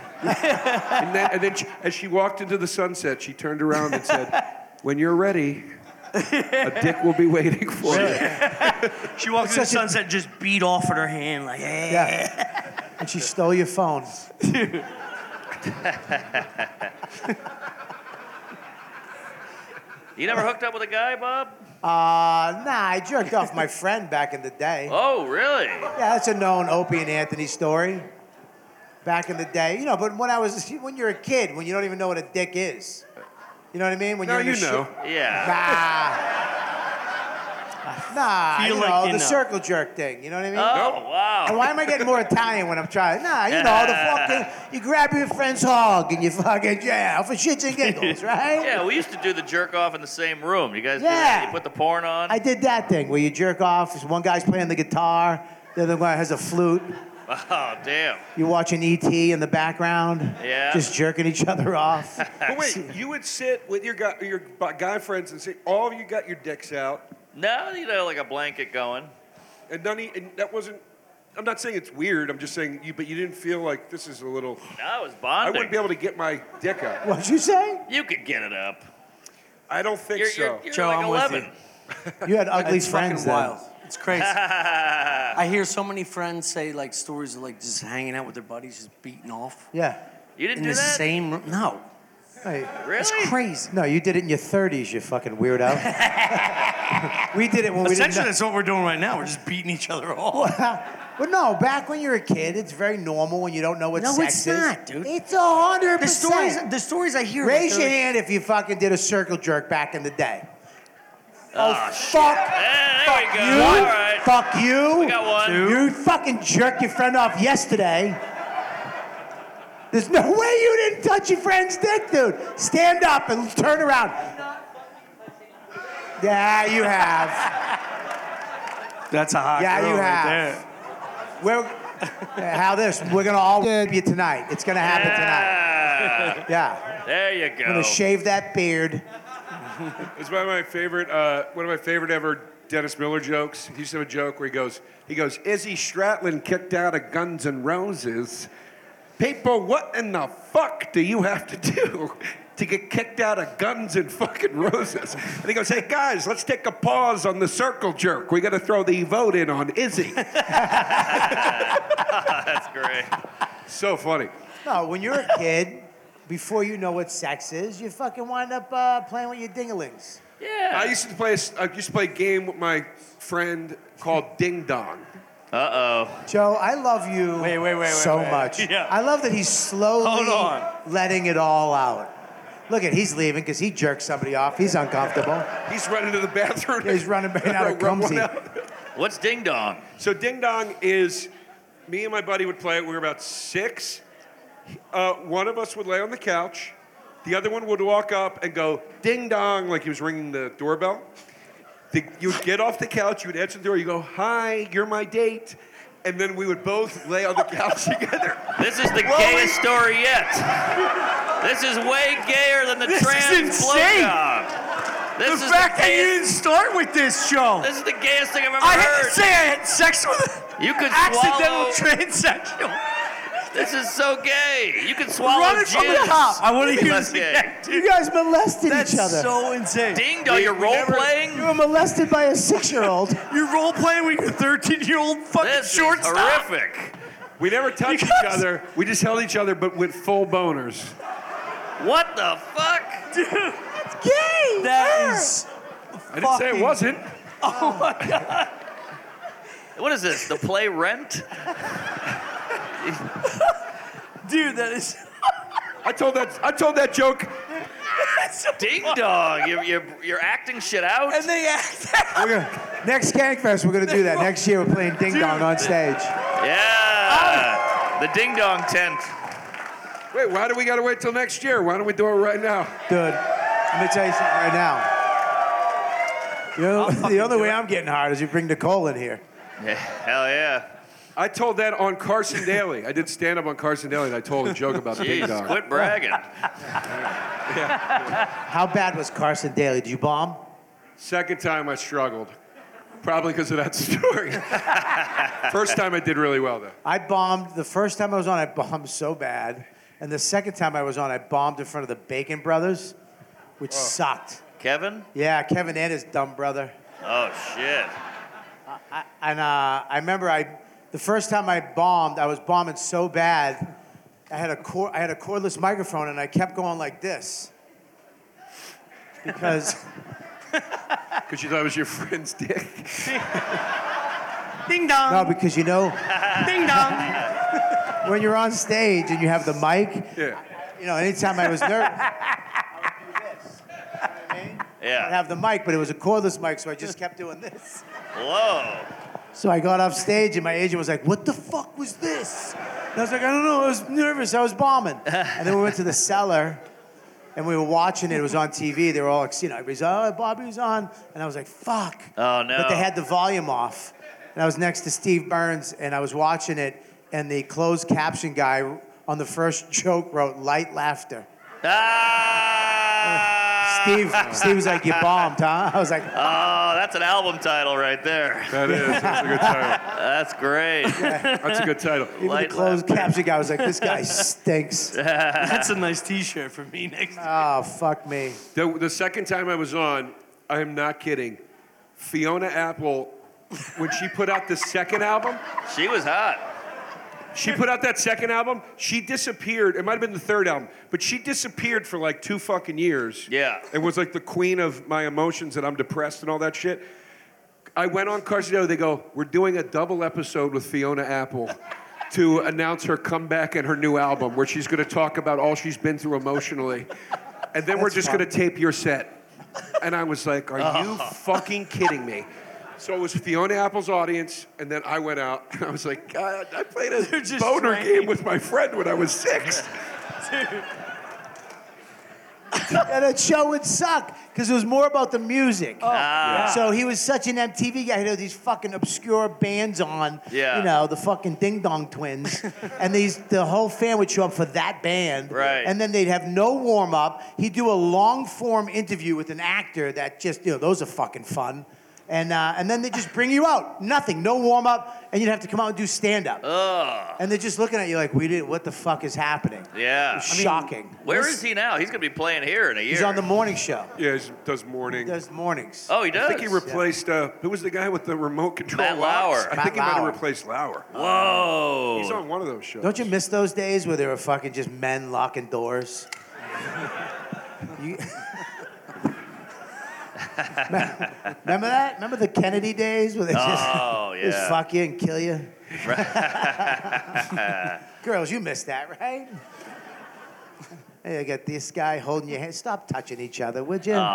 S3: and then, and then she, as she walked into the sunset, she turned around and said, when you're ready, a dick will be waiting for you.
S5: She walks in
S1: Such
S5: the
S1: a-
S5: sunset, just beat off in her hand, like, eh.
S1: Yeah. And she stole your phone.
S2: You never hooked up with a guy, Bob?
S1: Uh, nah, I jerked off my friend back in the day.
S2: Oh, really?
S1: Yeah, that's a known Opie and Anthony story. Back in the day, you know, but when I was, when you're a kid, when you don't even know what a dick is, you know what I mean? When
S3: No,
S1: you're in
S3: you
S1: the
S3: know.
S2: Yeah.
S1: Nah, nah you
S5: Feel
S1: know,
S5: like you
S1: the
S5: know.
S1: circle jerk thing. You know what I mean?
S2: Oh,
S1: And
S2: wow.
S1: why am I getting more Italian when I'm trying? Nah, you know, the fucking, you grab your friend's hog and you fucking, yeah, for shits and giggles, right?
S2: Yeah, we used to do the jerk off in the same room. You guys do
S1: Yeah.
S2: that? You put the porn on?
S1: I did that thing where you jerk off, one guy's playing the guitar, the other guy has a flute.
S2: Oh, damn.
S1: You're watching ET E in the background,
S2: Yeah.
S1: just jerking each other off.
S3: But wait, you would sit with your guy, your bu- guy friends and say, all of you got your dicks out.
S2: No, you know, uh, like a blanket going.
S3: And none of you- and that wasn't. I'm not saying it's weird. I'm just saying you, but you didn't feel like this is a little.
S2: No, it was
S3: I
S2: bonding.
S3: wouldn't be able to get my dick up.
S1: What'd you say?
S2: you could get it up.
S3: I don't think
S2: You're,
S3: so.
S2: you're, you're
S6: Joe,
S2: like
S6: I'm with
S2: 11.
S6: you.
S1: You had ugly
S6: It's
S1: friends
S6: fucking
S1: then.
S6: wild. It's crazy. I hear so many friends say like stories of like just hanging out with their buddies, just beating off
S1: Yeah.
S2: You didn't
S6: in
S2: do
S6: the
S2: that?
S6: same room. No,
S1: Hey,
S2: really?
S6: it's crazy.
S1: No, you did it in your 30s, you fucking weirdo. we did it when we didn't.
S5: Essentially,
S1: Know.
S5: that's what we're doing right now. We're just beating each other off.
S1: But no, back when you're a kid, it's very normal when you don't know what
S6: No,
S1: sex
S6: it's
S1: is.
S6: not, dude.
S1: It's a hundred
S6: The stories,
S1: percent.
S6: the stories I hear.
S1: Raise
S6: like,
S1: your
S6: they're like,
S1: hand if you fucking did a circle jerk back in the day.
S2: Oh,
S1: Fuck.
S2: Yeah, there
S1: fuck
S2: we go.
S1: you.
S2: All right.
S1: Fuck you.
S2: We got one. Two.
S1: You fucking jerked your friend off yesterday. There's no way you didn't touch your friend's dick, dude. Stand up and turn around. Yeah, you have.
S5: That's a hot
S1: Yeah,
S5: girl
S1: you
S5: right
S1: have.
S5: there.
S1: We're, how this? We're gonna all you tonight. It's gonna happen
S2: Yeah.
S1: tonight. Yeah.
S2: There you go.
S1: I'm gonna shave that beard.
S3: It's one of my favorite, uh, one of my favorite ever Dennis Miller jokes. He used to have a joke where he goes, he goes, Izzy Stratland kicked out of Guns N' Roses. People, what in the fuck do you have to do to get kicked out of Guns and fucking Roses? And he goes, hey guys, let's take a pause on the circle jerk. We got to throw the vote in on Izzy.
S2: That's great.
S3: so funny.
S1: No, when you're a kid, before you know what sex is, you fucking wind up uh, playing with your dinglings.
S3: I used to play. a s- I used to play a game with my friend called Ding Dong.
S2: Uh oh.
S1: Joe, I love you
S5: Wait, wait, wait, wait,
S1: so
S5: wait.
S1: much.
S5: Yeah.
S1: I love that he's slowly
S5: Hold on.
S1: letting it all out. Look at he's leaving because he jerked somebody off. He's uncomfortable.
S3: He's running to the bathroom.
S1: He's running back out of
S3: Rub one
S1: Cumsey.
S3: out.
S2: What's ding dong?
S3: So Ding Dong is me and my buddy would play it. We were about six. Uh, one of us would lay on the couch. The other one would walk up and go Ding Dong like he was ringing the doorbell. The, you would get off the couch. You would answer the door. You go, "Hi, you're my date." And then we would both lay on the couch together.
S2: This is the
S3: Well, we-
S2: gayest story yet. This is way gayer than the
S5: This is
S2: trans
S5: insane.
S2: blowjob.
S5: The
S2: This is
S5: fact
S2: the
S5: that you
S2: gayest,
S5: didn't start with this, Joe.
S2: This is the gayest thing I've ever
S5: I had
S2: heard.
S5: to say I had sex with a
S2: You could
S5: accidental
S2: swallow-
S5: transsexual.
S2: This is so gay. You can swallow
S5: Run it
S2: jizz.
S5: from the top. I want
S2: It'd
S5: to
S2: be
S5: hear
S2: less
S5: this
S2: gay.
S5: again.
S1: You guys molested
S5: That's
S1: each other.
S5: so insane.
S2: Ding dong,
S3: We-
S2: you're
S3: we
S2: role
S3: never-
S2: playing.
S1: you were molested by a six-year-old.
S5: You're role playing with your 13 year old fucking
S2: This is
S5: shortstop.
S2: horrific.
S3: We never touched each
S5: Because-
S3: other. We just held each other, but with full boners.
S2: What the fuck?
S5: Dude,
S1: Gay.
S5: that is.
S3: I didn't say it
S5: Fucking-
S3: wasn't.
S5: Oh my god.
S2: What is this? The play Rent?
S5: Dude, that is.
S3: I told that. I told that joke.
S5: That's so
S2: Ding dong, you're, you're, you're acting shit out.
S5: and they act out.
S1: We're gonna, next Skankfest, we're gonna do that. Next year, we're playing Ding Dong on stage.
S5: Ah.
S2: Yeah. The ding dong tent.
S3: Wait, why do we gotta wait till next year? Why don't we do it right now?
S1: Dude, let me tell you something right now. You know, the only way I'm getting hard is you bring Nicole in here.
S2: Yeah, Hell yeah.
S3: I told that on Carson Daly. I did stand up on Carson Daly, and I told a joke about Ding
S2: Jeez,
S3: Dong.
S2: quit bragging.
S1: How bad was Carson Daly? Did you bomb?
S3: Second time I struggled, probably because of that story. First time I did really well though.
S1: I bombed the first time I was on. I bombed so bad, and the second time I was on, I bombed in front of the Bacon Brothers, which sucked.
S2: Kevin?
S1: Yeah, Kevin and his dumb brother.
S2: Oh shit.
S1: I, and uh, I remember I, the first time I bombed, I was bombing so bad, I had a cord, I had a cordless microphone, and I kept going like this. Because
S3: Because you thought it was your friend's dick.
S5: Ding dong.
S1: no, because you know
S5: Ding dong.
S1: when you're on stage and you have the mic,
S3: Yeah.
S1: you know anytime I was nervous. I didn't
S2: Yeah.
S1: have the mic, but it was a cordless mic, so I just kept doing this.
S2: Whoa.
S1: So I got off stage, and my agent was like, "What the fuck was this?" And I was like, "I don't know. I was nervous. I was bombing." And then we went to the cellar, and we were watching it. It was on TV. They were all, like, you know, everybody's, "Oh, Bobby's on," and I was like, "Fuck."
S2: Oh, no.
S1: But they had the volume off, and I was next to Steve Burns, and I was watching it, and the closed caption guy on the first joke wrote "light laughter."
S2: Ah!
S1: Steve, Steve was like, "You bombed, huh?" I was like,
S2: Oh, that's an album title right there.
S3: That is. That's a good title.
S2: That's great.
S3: That's a good title.
S1: Even
S2: Light
S1: the closed caption guy was like, this guy stinks.
S5: That's a nice T-shirt for me next.
S1: oh, fuck me.
S3: The, the second time I was on, I am not kidding. Fiona Apple, when she put out the second album,
S2: She was hot.
S3: She put out that second album. She disappeared. It might have been the third album, but she disappeared for like two fucking years.
S2: Yeah.
S3: And was like the queen of my emotions and I'm depressed and all that shit. I went on Carson Daly. They go, we're doing a double episode with Fiona Apple to announce her comeback and her new album, where she's going to talk about all she's been through emotionally, and then we're
S1: That's
S3: just
S1: fun.
S3: going to tape your set. And I was like, are you fucking kidding me? So it was Fiona Apple's audience, and then I went out, and I was like, God, I played a
S5: just
S3: boner
S5: trained.
S3: game with my friend when I was six.
S1: Yeah, that show would suck because it was more about the music. So he was such an MTV guy. He had these fucking obscure bands on.
S2: Yeah.
S1: You know the fucking Ding Dong Twins, and these the whole fan would show up for that band.
S2: Right.
S1: And then they'd have no warm up. He'd do a long form interview with an actor that just you know those are fucking fun. And, uh, and then they just bring you out. Nothing, no warm up, and you'd have to come out and do stand up. And they're just looking at you like, we did. What the fuck is happening?
S2: Yeah.
S1: It's shocking.
S2: Where is he now? He's going to be playing here in a year.
S1: He's on the morning show.
S3: Yeah, he does morning.
S1: He does mornings.
S2: Oh, he does.
S3: I think he replaced uh, who was the guy with the remote control?
S2: Matt
S3: box?
S2: Lauer.
S3: I think
S1: Matt
S3: he might
S1: Lauer.
S3: have replaced Lauer.
S2: Whoa.
S3: He's on one of those shows.
S1: Don't you miss those days where there were fucking just men locking doors? You- Remember that? Remember the Kennedy days where they just,
S2: Oh,
S1: just
S2: yeah.
S1: fuck you and kill you? Girls, you missed that, right? Hey, I got this guy holding your hand. Stop touching each other, would you? Fucking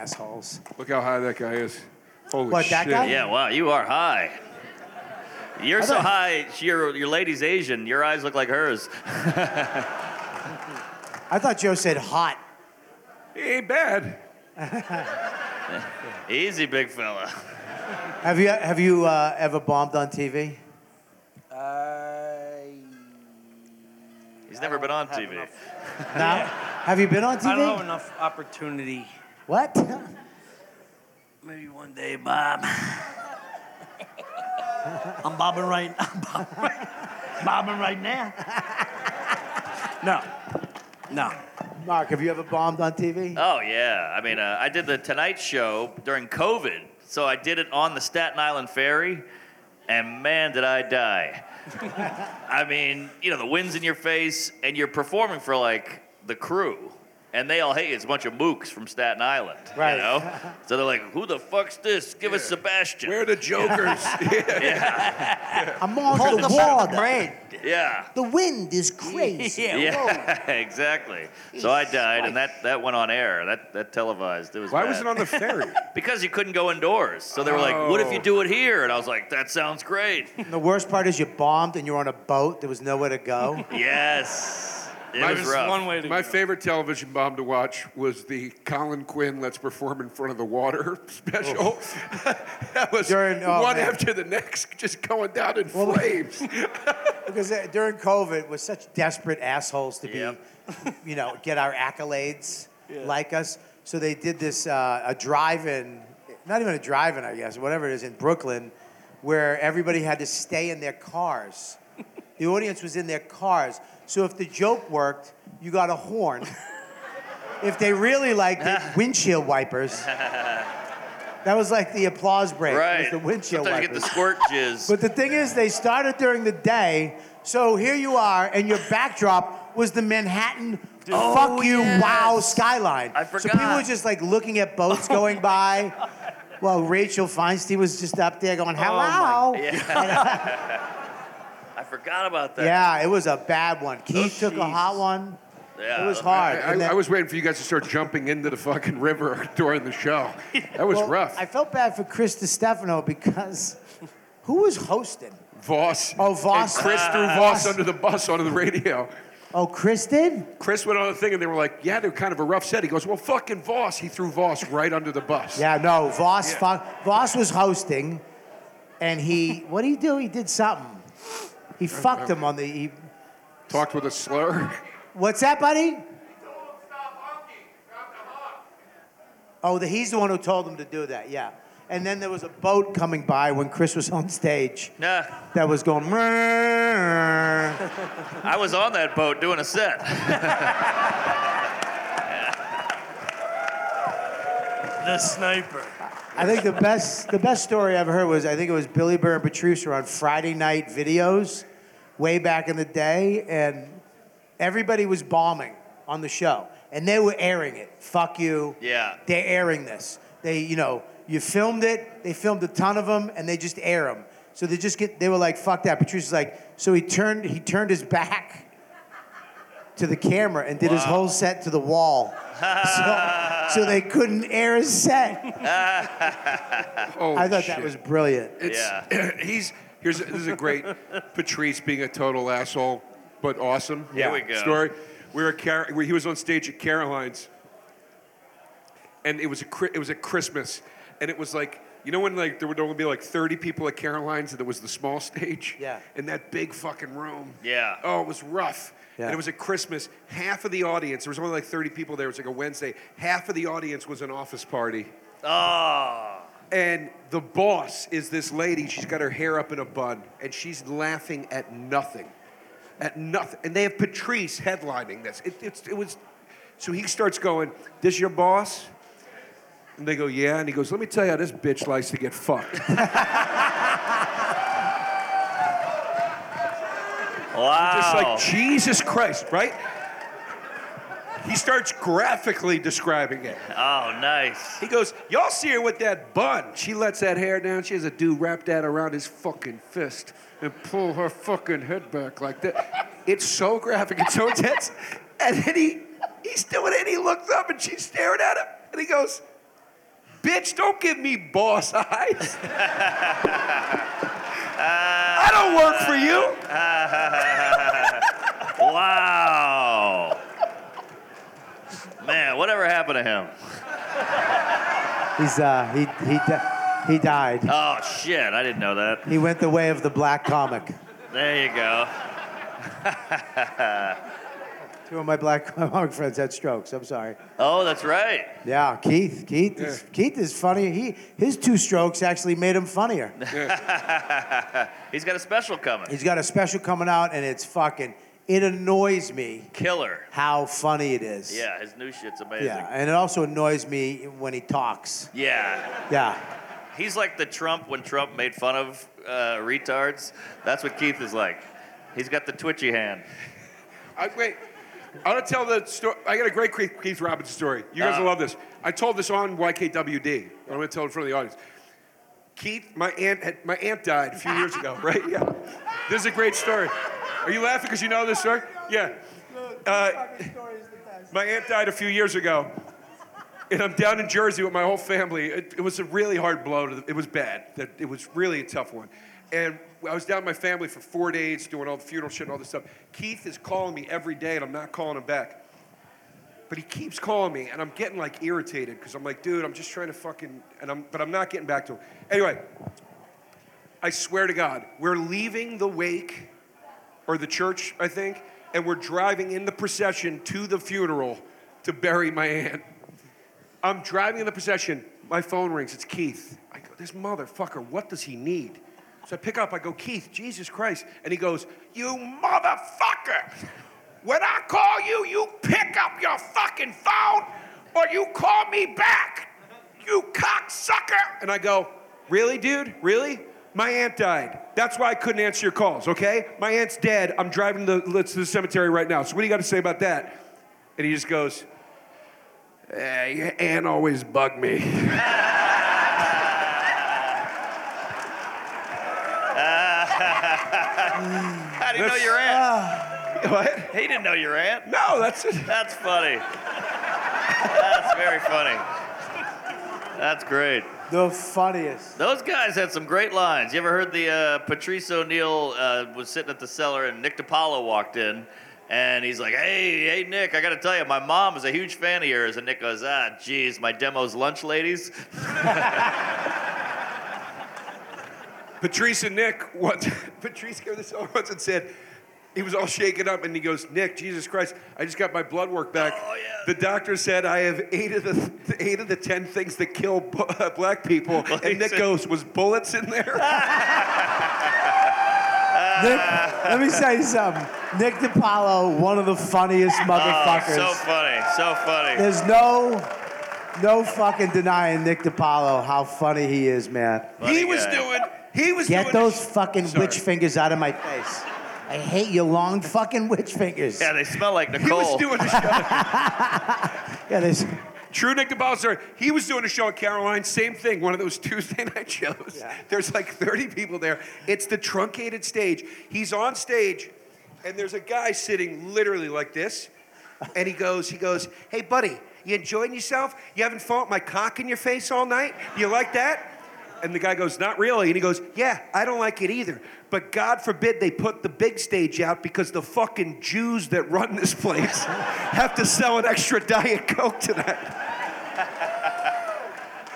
S1: assholes.
S3: Look how high that guy is. Holy
S1: What,
S3: shit.
S1: that guy?
S2: Yeah, wow, you are high. You're so
S1: thought-
S2: high, your, your lady's Asian. Your eyes look like hers.
S1: I thought Joe said hot.
S3: He ain't bad.
S2: Easy, big fella.
S1: Have you have you uh, ever bombed on TV?
S2: He's never been on TV.
S1: No. Have you been on TV?
S6: I don't have enough opportunity.
S1: What?
S6: Maybe one day, Bob. I'm bobbing right. I'm bobbing right, bobbing right now. No, no.
S1: Mark, have you ever bombed on TV?
S2: Oh, yeah. I mean, uh, I did the Tonight Show during COVID, so I did it on the Staten Island Ferry, and man, did I die. I mean, you know, the wind's in your face, and you're performing for like the crew, and they all hate you. It's a bunch of mooks from Staten Island,
S1: Right.
S2: you know? So they're like, who the fuck's this? Give us Sebastian.
S3: Where are the jokers?
S1: I'm on the water.
S2: yeah.
S1: The wind is crazy.
S2: Yeah, exactly. So I died, and that, that went on air. That that televised. It was
S3: Why
S2: bad.
S3: was it on the ferry?
S2: Because you couldn't go indoors. So they were like, "What if you
S3: Oh.
S2: do it here?" And I was like, "That sounds great."
S1: And the worst part is you bombed and you're on a boat. There was nowhere to go.
S2: yes, it
S3: Mine
S2: was
S3: was
S2: rough.
S5: One way to
S3: My
S5: go.
S3: favorite television bomb to watch was the Colin Quinn "Let's Perform in Front of the Water" special. that was
S1: Oh. During- oh,
S3: one
S1: man.
S3: after the next, just going down in
S1: Well,
S3: flames.
S1: because uh, during COVID, we're such desperate assholes to be,
S2: Yep.
S1: you know, get our accolades like us. So they did this uh, a drive-in, not even a drive-in, I guess, whatever it is in Brooklyn, where everybody had to stay in their cars. the audience was in their cars. So if the joke worked, you got a horn. if they really liked it, windshield wipers. That was like the applause break. It was
S2: right.
S1: the windshield
S2: Sometimes
S1: wipers.
S2: you get the squirt jizz.
S1: But the thing is, they started during the day. So here you are, and your backdrop was the Manhattan fuck you wow skyline.
S2: I
S1: So people were
S2: forgot.
S1: just like looking at boats going by. Well, Rachel Feinstein was just up there going, hello.
S2: I forgot about that.
S1: yeah, it was a bad one. Keith took a hot one.
S2: Yeah,
S1: It was
S2: the-
S1: hard.
S3: I,
S1: And then-
S3: I was waiting for you guys to start jumping into the fucking river during the show. That was
S1: well,
S3: rough.
S1: I felt bad for Chris DiStefano because who was hosting?
S3: Voss.
S1: Oh, Voss.
S3: And Chris threw Voss under the bus onto the radio.
S1: Oh, Chris did?
S3: Chris went on a thing and they were like, yeah, they're kind of a rough set. He goes, well, fucking Voss. He threw Voss right under the bus.
S1: Yeah, no, Voss. Fu- Voss was hosting, and he. What did he do? He did something. He fucked him on the. He,
S3: Talked with a slur.
S1: what's that, buddy? Oh, the, he's the one who told him to do that. Yeah, and then there was a boat coming by when Chris was on stage
S2: Nah,
S1: that was going. "Rrrr."
S2: I was on that boat doing a set.
S5: The sniper.
S1: I think the best the best story I've heard was I think it was Billy Burr and Patrice were on Friday night videos, way back in the day, and everybody was bombing on the show, and they were airing it. Fuck you.
S2: Yeah.
S1: They're airing this. They, you know, you filmed it. They filmed a ton of them, and they just air them. So they just get. They were like, "Fuck that." Patrice is like, so he turned. He turned his back to the camera and did his whole set to the wall. so, so they couldn't air his set.
S3: Oh,
S1: I thought
S3: shit.
S1: that was brilliant.
S3: It's, he's, here's, this is a great Patrice being a total asshole, but awesome
S2: Here we go.
S3: story. We were at Car- we- he was on stage at Caroline's, and it was a cri- it was at Christmas, and it was like you know when like there would only be like 30 people at Caroline's, and it was the small stage.
S1: Yeah.
S3: In that big fucking room.
S2: Yeah.
S3: Oh, it was rough.
S1: Yeah.
S3: And it was at Christmas. Half of the audience, there was only like 30 people there. It was like a Wednesday. Half of the audience was an office party.
S2: Oh,
S3: And the boss is this lady. She's got her hair up in a bun, and she's laughing at nothing, at nothing. And they have Patrice headlining this. It, it's, it was, so he starts going, "This your boss?" And they go, "Yeah." And he goes, "Let me tell you how this bitch likes to get fucked." Just
S2: wow.
S3: like Jesus Christ, right? He starts graphically describing it.
S2: oh, nice.
S3: He goes, Y'all see her with that bun. She lets that hair down. She has a dude wrap that around his fucking fist and pull her fucking head back like that. It's so graphic. It's so intense. And then he, he's doing it. And he looks up and she's staring at him. And he goes, Bitch, don't give me boss eyes. I don't work for you.
S2: Wow. Man, whatever happened to him?
S1: He's uh, he he di- he died.
S2: Oh shit, I didn't know that.
S1: He went the way of the black comic.
S2: There you go.
S1: Two of my black comic friends had strokes. I'm sorry.
S2: Oh, that's right.
S1: Yeah, Keith. Keith is Keith is funny. He his two strokes actually made him funnier.
S2: He's got a special coming.
S1: He's got a special coming out, and it's fucking. It annoys me
S2: Killer.
S1: how funny it is.
S2: Yeah, his new shit's amazing.
S1: Yeah,
S2: Yeah.
S1: and it also annoys me when he talks. Yeah,
S2: He's like the Trump when Trump made fun of uh, retards. That's what Keith is like. He's got the twitchy hand.
S3: I, wait. I want to tell the story. I got a great Keith Keith Robinson story. You guys
S2: Ah.
S3: will love this. I told this on YKWD. but I'm going to tell it in front of the audience. Keith, my aunt, had, my aunt died a few years ago, right? Yeah. This is a great story. Are you laughing because you know this story? Yeah. Uh, my aunt died a few years ago, and I'm down in Jersey with my whole family. It, it was a really hard blow. To the, it was bad. That- It was really a tough one. And I was down with my family for four days doing all the funeral shit and all this stuff. Keith is calling me every day, and I'm not calling him back. But he keeps calling me, and I'm getting like irritated because I'm like, dude, I'm just trying to fucking, and I'm, but I'm not getting back to him. Anyway, I swear to God, we're leaving the wake or the church, I think, and we're driving in the procession to the funeral to bury my aunt. I'm driving in the procession. My phone rings. It's Keith. I go, this motherfucker, what does he need? So I pick up. I go, Keith, Jesus Christ. And he goes, you motherfucker. When I call you, you pick up your fucking phone or you call me back. You cocksucker. And I go, really, dude? Really? My aunt died. That's why I couldn't answer your calls, okay? My aunt's dead. I'm driving to the, to the cemetery right now. So what do you got to say about that? And he just goes, yeah, Eh, your aunt always bugged me.
S2: How do you know
S3: That's-
S2: your aunt?
S3: what?
S2: He didn't know your aunt.
S3: No, that's it.
S2: That's funny. That's very funny. That's great.
S1: the funniest.
S2: Those guys had some great lines. You ever heard the uh, Patrice O'Neill uh, was sitting at the cellar and Nick DiPaolo walked in, and he's like, "Hey, hey, Nick, I got to tell you, my mom is a huge fan of yours." And Nick goes, "Ah, geez, my demo's lunch ladies."
S3: Patrice and Nick once Patrice gave this over once and said he was all shaken up and he goes, Nick, Jesus Christ, I just got my blood work back.
S2: Oh, yeah.
S3: The doctor said I have eight of the eight of the ten things that kill bu- uh, black people,
S2: Well, he
S3: and Nick
S2: said-
S3: goes, was bullets in there?
S1: Nick, let me say something. Nick DiPaolo, one of the funniest
S2: Oh,
S1: motherfuckers.
S2: so funny, so funny.
S1: There's no, no fucking denying Nick DiPaolo how funny he is, man.
S2: Funny
S3: he was
S2: guy.
S3: doing. He was
S1: Get
S3: doing.
S1: those fucking
S3: Sorry.
S1: witch fingers out of my face. I hate your long fucking witch fingers.
S2: Yeah,
S1: Yeah,
S2: they smell like
S3: he was
S2: Nicole.
S3: doing. The show.
S1: there's-
S3: True Nick DiBalzer, he was doing a show at Caroline, same thing, one of those Tuesday night shows. There's like 30 people there. It's the truncated stage. He's on stage, and there's a guy sitting literally like this, and he goes, he goes, hey buddy, you enjoying yourself? You haven't fought my cock in your face all night? You like that? And the guy goes, Not really. And he goes, Yeah, I don't like it either. But God forbid they put the big stage out because the fucking Jews that run this place have to sell an extra Diet Coke tonight.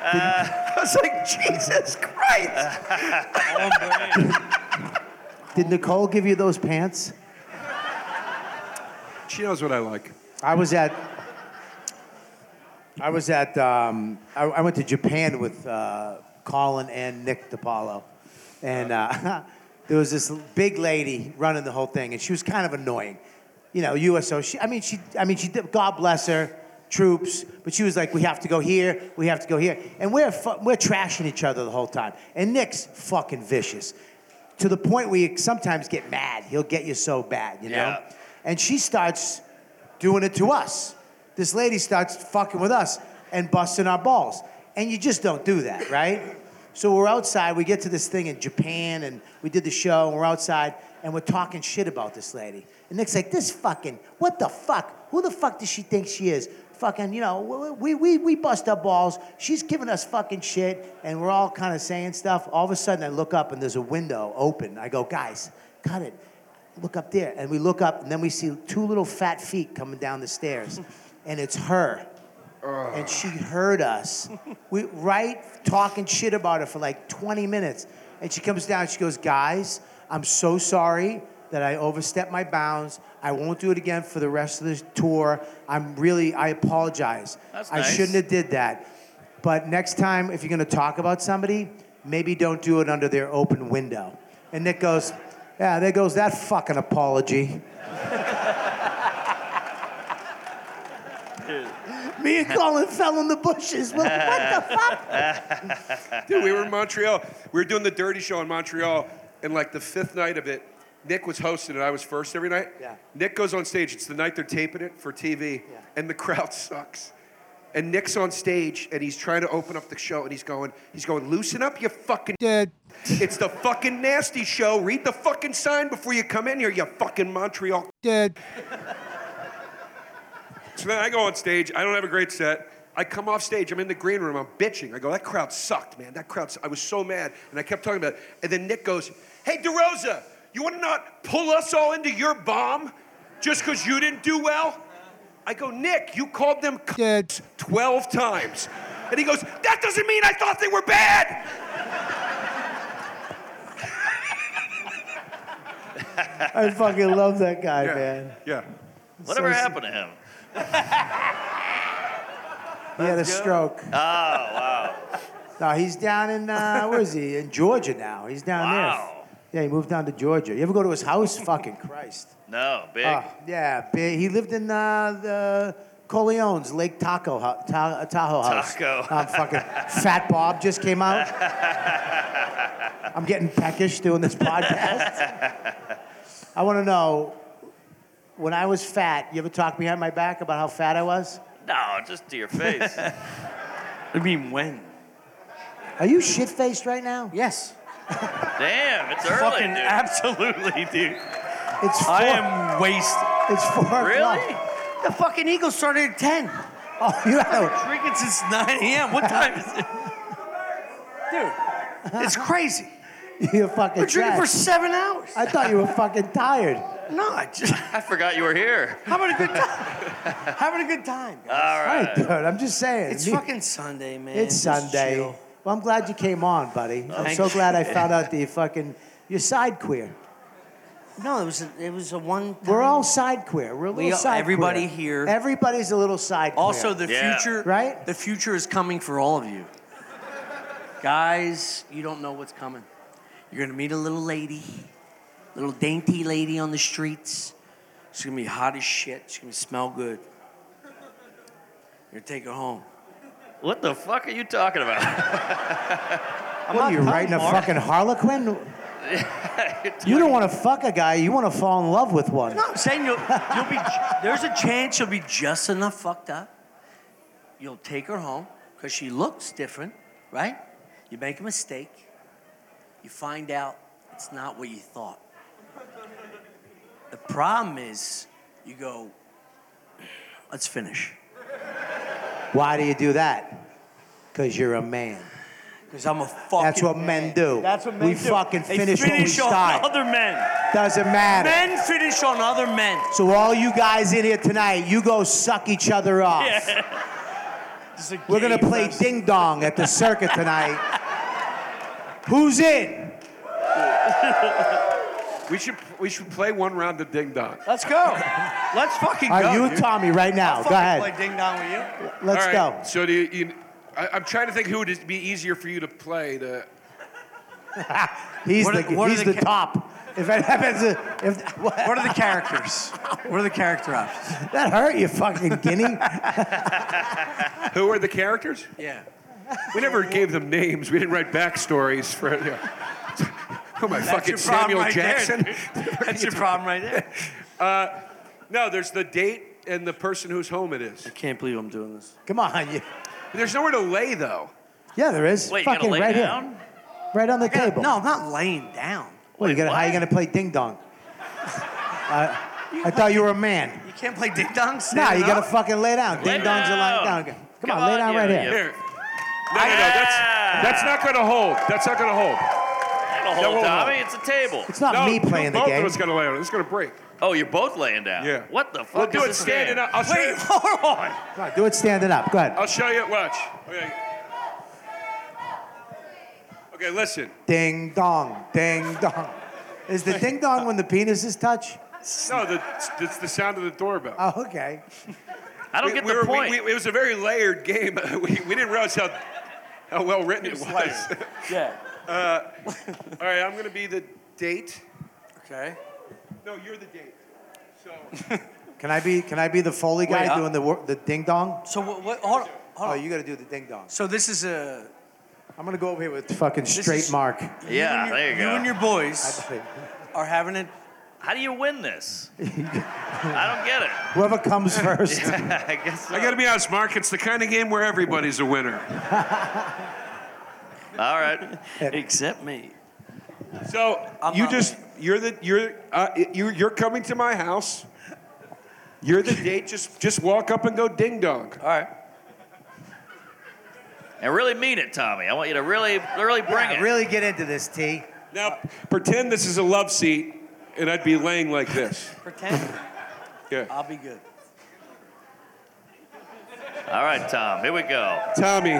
S3: I was like, Jesus Christ.
S1: Did Nicole give you those pants?
S3: She knows what I like.
S1: I was at. I was at. Um, I, I went to Japan with uh, Colin and Nick DiPaolo, and uh, there was this big lady running the whole thing, and she was kind of annoying. You know, USO. She, I mean, she. I mean, she. Did, God bless her. Troops, but she was like, "We have to go here. We have to go here," and we're fu- we're trashing each other the whole time. And Nick's fucking vicious, to the point where you sometimes get mad. He'll get you so bad, you know.
S2: Yeah.
S1: And she starts doing it to us. This lady starts fucking with us and busting our balls. And you just don't do that, right? So we're outside, we get to this thing in Japan, and we did the show, and we're outside, and we're talking shit about this lady. And Nick's like, this fucking, what the fuck? Who the fuck does she think she is? Fucking, you know, we, we, we bust our balls. She's giving us fucking shit, and we're all kind of saying stuff. All of a sudden, I look up, and there's a window open. I go, guys, cut it look up there. And we look up, and then we see two little fat feet coming down the stairs. And it's her. And she heard us. We right talking shit about her for like 20 minutes. And she comes down, she goes, Guys, I'm so sorry that I overstepped my bounds. I won't do it again for the rest of the tour. I'm really I apologize.
S2: That's
S1: I
S2: nice.
S1: shouldn't have did that. But next time if you're gonna talk about somebody, maybe don't do it under their open window. And Nick goes, Yeah, there goes that fucking apology. Me and Colin fell in the bushes. We're like, what the fuck?
S3: Dude, we were in Montreal. We were doing the dirty show in Montreal, and like the fifth night of it, Nick was hosting and I was first every night.
S1: Yeah.
S3: Nick goes on stage. It's the night they're taping it for TV,
S1: Yeah.
S3: and the crowd sucks. And Nick's on stage, and he's trying to open up the show, and he's going, he's going, loosen up, you fucking. It's the fucking nasty show. Read the fucking sign before you come in here, you fucking Montreal. So then I go on stage. I don't have a great set. I come off stage. I'm in the green room. I'm bitching. I go, that crowd sucked, man. That crowd. su-" I was so mad, and I kept talking about it. And then Nick goes, "Hey, DeRosa, you want to not pull us all into your bomb just because you didn't do well?" I go, Nick, you called them c- 12 times. And he goes, that doesn't mean I thought they were bad.
S1: I fucking love that guy, man.
S3: Yeah.
S2: Whatever
S1: So-
S2: happened to him?
S1: He had a stroke. Oh, wow. No, he's down in, uh, where is he? In Georgia now. He's down
S2: Wow.
S1: there. Yeah, he moved down to Georgia. You ever go to his house? fucking Christ.
S2: No, big.
S1: Uh, yeah, big. he lived in uh, the Coleone's Lake Taco Hou- Ta- Tahoe House.
S2: Taco.
S1: I'm fucking Fat Bob just came out. I'm getting peckish doing this podcast. I want to know when I was fat. You ever talk behind my back about how fat I was?
S2: no, just to your face.
S5: I mean, when?
S1: Are you shit faced right now?
S6: Yes.
S2: Damn, it's early,
S5: Fucking
S2: dude.
S5: absolutely, dude.
S1: It's four,
S5: I am wasted.
S1: it's four
S2: really?
S1: o'clock.
S6: The fucking Eagles started at 10.
S1: Oh, you know,
S5: Drinking since 9 a.m. What time is it?
S6: It's crazy.
S1: you're fucking
S6: We're drinking for
S1: trash.
S6: seven hours.
S1: I thought you were fucking tired.
S6: No, I just
S2: I forgot you were here.
S6: having a good time. having a good time. guys.
S2: All right.
S1: Right, dude. I'm just saying.
S6: it's
S1: Uh, Me-
S6: fucking Sunday, man.
S1: It's
S6: Just
S1: Sunday.
S6: chill.
S1: Well, I'm glad you came on, buddy. I'm
S5: Thank
S1: so
S5: you.
S1: glad I found out that you fucking you're side queer.
S6: No, it was a, it was a one.
S1: We're all side queer. We're a little
S6: We are-
S1: side
S6: everybody
S1: queer.
S6: here-
S1: Everybody's a little side
S6: Also,
S1: queer.
S6: the
S2: Oh, Yeah.
S6: future,
S1: Right?
S6: The future is coming for all of you. Guys, you don't know what's coming. You're gonna meet a little lady, little dainty lady on the streets. She's gonna be hot as shit. She's gonna smell good. You're gonna take her home.
S2: What the fuck are you talking about?
S1: I'm what, you're writing a fucking harlequin? you don't want to fuck a guy. You want to fall in love with one.
S6: No, I'm saying you'll, you'll be. There's a chance you'll be just enough fucked up. You'll take her home because she looks different, right? You make a mistake. You find out it's not what you thought. The problem is, you go. Let's finish.
S1: Why do you do that? Because you're a man.
S6: Because I'm a fucking.
S1: That's what men do.
S5: That's what men
S1: we
S5: do.
S1: fucking
S5: They
S1: finish, what we
S5: on
S1: start.
S5: other men.
S1: Doesn't matter.
S5: Men finish on other men.
S1: So all you guys in here tonight, you go suck each other off.
S5: It's a
S1: We're gonna
S5: game,
S1: play
S5: man.
S1: ding dong at the circuit tonight. Who's in?
S3: We should we should play one round of ding dong.
S5: Let's go. Let's fucking
S1: All
S5: go.
S1: right, you and
S5: dude.
S1: Tommy right now.
S5: I'll
S1: Go
S5: fucking
S1: ahead.
S5: Play ding dong with you.
S1: Let's
S3: All
S1: go.
S3: right, So do you? you I, I'm trying to think who would be easier for you to play. The
S1: He's
S6: What are-
S1: the
S6: what are
S1: he's
S6: the
S1: the
S6: ca-
S1: top. If it happens, if
S6: What are the characters? What are the character options?
S1: that hurt you, fucking guinea.
S3: who are the characters?
S6: Yeah.
S3: We never gave them names. We didn't write backstories for. Yeah. Oh my fucking
S6: your problem
S3: Samuel
S6: right there,
S3: Jackson.
S6: That's your problem right there.
S3: No, there's the date and the person whose home it is.
S6: I can't believe I'm doing this.
S1: Come on, you.
S3: There's nowhere to lay though.
S1: Yeah, there is.
S2: Wait, you
S1: fucking
S2: gotta lay
S1: right
S2: down?
S1: here, right on the table.
S6: No, I'm not laying down.
S1: What, you
S2: Wait,
S1: gonna, how you
S2: what?
S1: gonna play ding dong? Uh, I thought you were a man.
S6: You can't play ding dong.
S1: Nah,
S6: standing
S1: you gotta
S6: up?
S1: fucking lay down.
S2: Lay
S1: Ding dongs are lying down.
S2: down.
S1: Come, on, lay down
S2: you-
S1: right
S2: you-
S1: here.
S3: Here. No, no, no.
S1: Ah.
S3: That's that's not gonna hold. That's not gonna hold. No,
S2: That'll hold,
S3: hold on.
S2: Tommy. It's a table.
S1: It's not
S3: no,
S1: me playing the
S3: both
S1: game.
S3: of us gonna lay on it. It's gonna break.
S2: Oh, you're both laying down.
S3: Yeah.
S2: What the fuck?
S3: We'll
S2: is
S3: do it
S2: this
S3: standing
S2: game?
S3: up. I'll show
S5: Wait,
S3: you.
S5: hold on.
S1: Come on, do it standing up. Go ahead.
S3: I'll show you. Watch. Okay. Okay. Listen.
S1: Ding dong, ding dong. Is the ding dong when the penises touch?
S3: No, the, it's the sound of the doorbell.
S1: Oh, okay.
S2: I don't
S3: We-
S2: get
S3: we
S2: the
S3: were- we-
S2: point.
S3: we- it was a very layered game. we, we didn't realize how, how well written it was.
S5: Yeah.
S3: All right, I'm going to be the date.
S6: Okay.
S3: No, you're the date. So
S1: Can I be can I be the Foley guy
S6: Wait, I-
S1: doing the wor- the ding dong?
S6: So what? what hold on. Hold
S1: Oh,
S6: on.
S1: you got to do the ding dong.
S6: So this is a.
S1: I'm gonna go over here with fucking
S6: This
S1: straight
S6: is-
S1: mark.
S2: yeah,
S6: you and your,
S2: there you go.
S6: You and your boys are having it.
S2: How do you win this? I don't get it.
S1: Whoever comes first.
S2: I guess so.
S3: I got to be honest, Mark. It's the kind of game where everybody's a winner.
S2: All right.
S5: Except me.
S3: So
S6: I'm
S3: you
S6: not
S3: just you're the you're uh, you you're coming to my house. You're the date. Just just walk up and go ding dong.
S6: All right.
S2: And really mean it, Tommy. I want you to really, really bring
S1: Yeah,
S2: it.
S1: Really get into this, T.
S3: Now pretend this is a love seat, and I'd be laying like this.
S6: Pretend.
S3: Yeah,
S6: I'll be good.
S2: All right, Tom. Here we go.
S3: Tommy.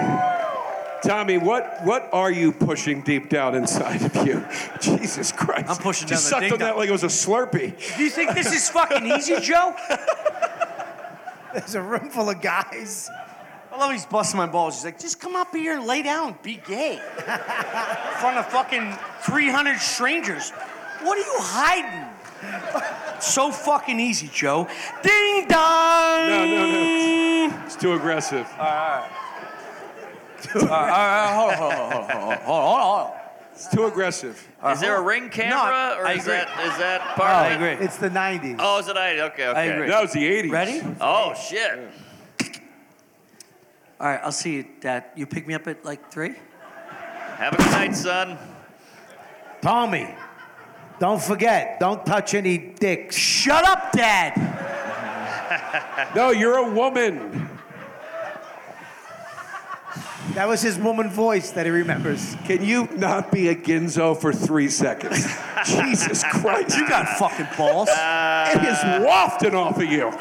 S3: Tommy, what what are you pushing deep down inside of you? Jesus Christ!
S6: I'm pushing
S3: Just sucked
S6: down the ding
S3: on that
S6: dong.
S3: like it was a Slurpee.
S6: Do you think this is fucking easy, Joe?
S1: There's a room full of guys.
S6: I love he's busting my balls. He's like, just come up here and lay down, be gay. In front of fucking 300 strangers. What are you hiding? so fucking easy, Joe. Ding dong!
S3: No, no, no. It's too aggressive.
S6: All right, hold on, hold on, hold on, hold on, hold on, hold on.
S3: It's too aggressive.
S2: Is there a ring camera,
S6: Uh-huh. I-
S2: or
S6: I
S2: is
S6: agree. Oh,
S2: that is that part?
S6: I
S2: of it?
S6: agree.
S1: It's the 90s.
S2: Oh, is it? I okay, okay.
S6: I agree.
S3: That was the 80s.
S6: Ready?
S2: Oh shit.
S6: All right, I'll see you, Dad. You pick me up at like three?
S2: Have a good night, son.
S1: Tommy, don't forget, don't touch any dicks.
S6: Shut up, Dad!
S3: No, you're a woman.
S1: That was his woman voice that he remembers.
S3: Can you not be a Ginzo for three seconds? Jesus Christ.
S6: You got fucking balls.
S3: it is wafting off of you.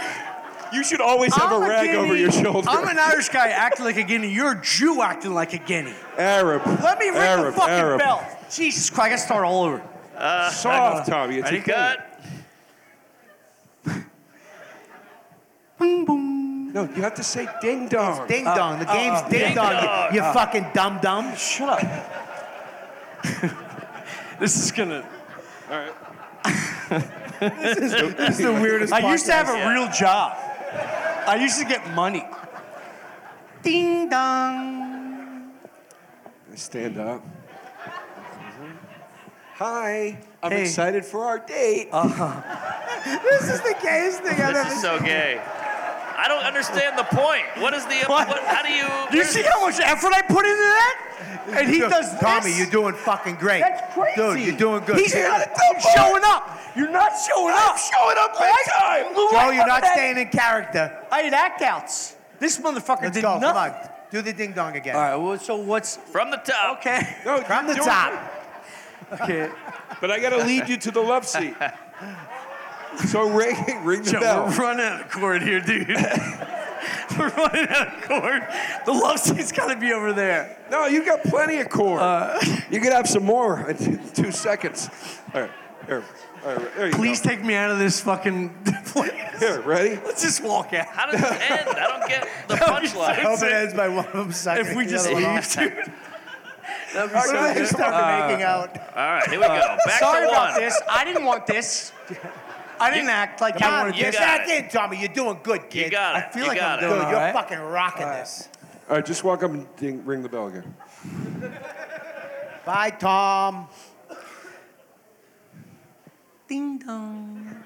S3: You should always have a rag
S6: guinea.
S3: over your shoulder.
S6: I'm an Irish guy acting like a guinea. You're a Jew acting like a guinea.
S3: Arab.
S6: Let me ring
S3: Arab,
S6: the fucking
S3: Arab.
S6: bell. Jesus Christ, I gotta start all over.
S3: Soft,
S6: Oh,
S3: Tommy. It's a
S2: Ready,
S3: thing.
S2: cut.
S6: Boom, boom.
S3: No, you have to say ding dong.
S1: Ding dong. The game's Uh, ding,
S2: Ding
S1: dong.
S2: dong.
S1: You, you fucking dumb dumb.
S6: Shut up. this is gonna.
S1: This is the weirdest.
S6: I used to have a
S2: yeah.
S6: real job. I used to get money. Ding dong.
S3: Stand up. Hi. I'm
S6: Hey.
S3: excited for our date.
S1: This is the gayest thing I've ever.
S2: This is so gay. I don't understand the point. What is the?
S6: What?
S2: What? how do you?
S6: Do you see how much effort I put into that? And he
S1: Dude,
S6: does
S1: Tommy,
S6: this?
S1: you're doing fucking great.
S6: That's crazy.
S1: Dude, you're doing good.
S6: He's not showing up. You're not showing up.
S3: showing up big time.
S1: Joe, you're not staying in character.
S6: I had act outs. This motherfucker
S1: Let's
S6: did
S1: go.
S6: nothing.
S1: Come on. Do the ding dong again.
S6: All right. Well, so what's
S2: From the top.
S6: okay?
S3: No,
S1: From the
S3: don't-
S1: top.
S6: Okay.
S3: But I gotta lead you to the love seat. So ring, ring the
S5: Joe,
S3: bell.
S5: we're running out of cord here, dude. we're running out of cord. The love seat's got to be over there.
S3: No, you got plenty of corn. you could have some more in two seconds. All right, here, all right, there you
S5: Please take me out of this fucking place.
S3: go. Here, ready?
S5: Let's just walk out.
S2: How does it end? I don't get the
S5: be so
S2: punchline.
S1: Hope it ends by one of them sucking.
S5: If we
S1: the
S5: just
S1: other one off.
S5: leave, dude.
S6: That'd be
S1: What
S6: so
S1: if they
S6: good.
S1: start making out? Uh,
S2: All right, here we go. Back to
S6: Sorry
S2: one.
S6: about this. I didn't want this. I didn't act like I
S1: Tom,
S6: wanted
S2: you
S1: you're
S6: this.
S2: got
S1: back
S2: it.
S1: in, Tommy. You're doing good, kid.
S2: You got it.
S6: I feel
S2: you
S6: like
S2: got
S6: I'm
S2: it.
S1: Dude,
S6: All
S1: you're
S6: right.
S1: fucking rocking this.
S3: All right, just walk up and ding, ring the bell again.
S1: Bye, Tom.
S6: Ding dong.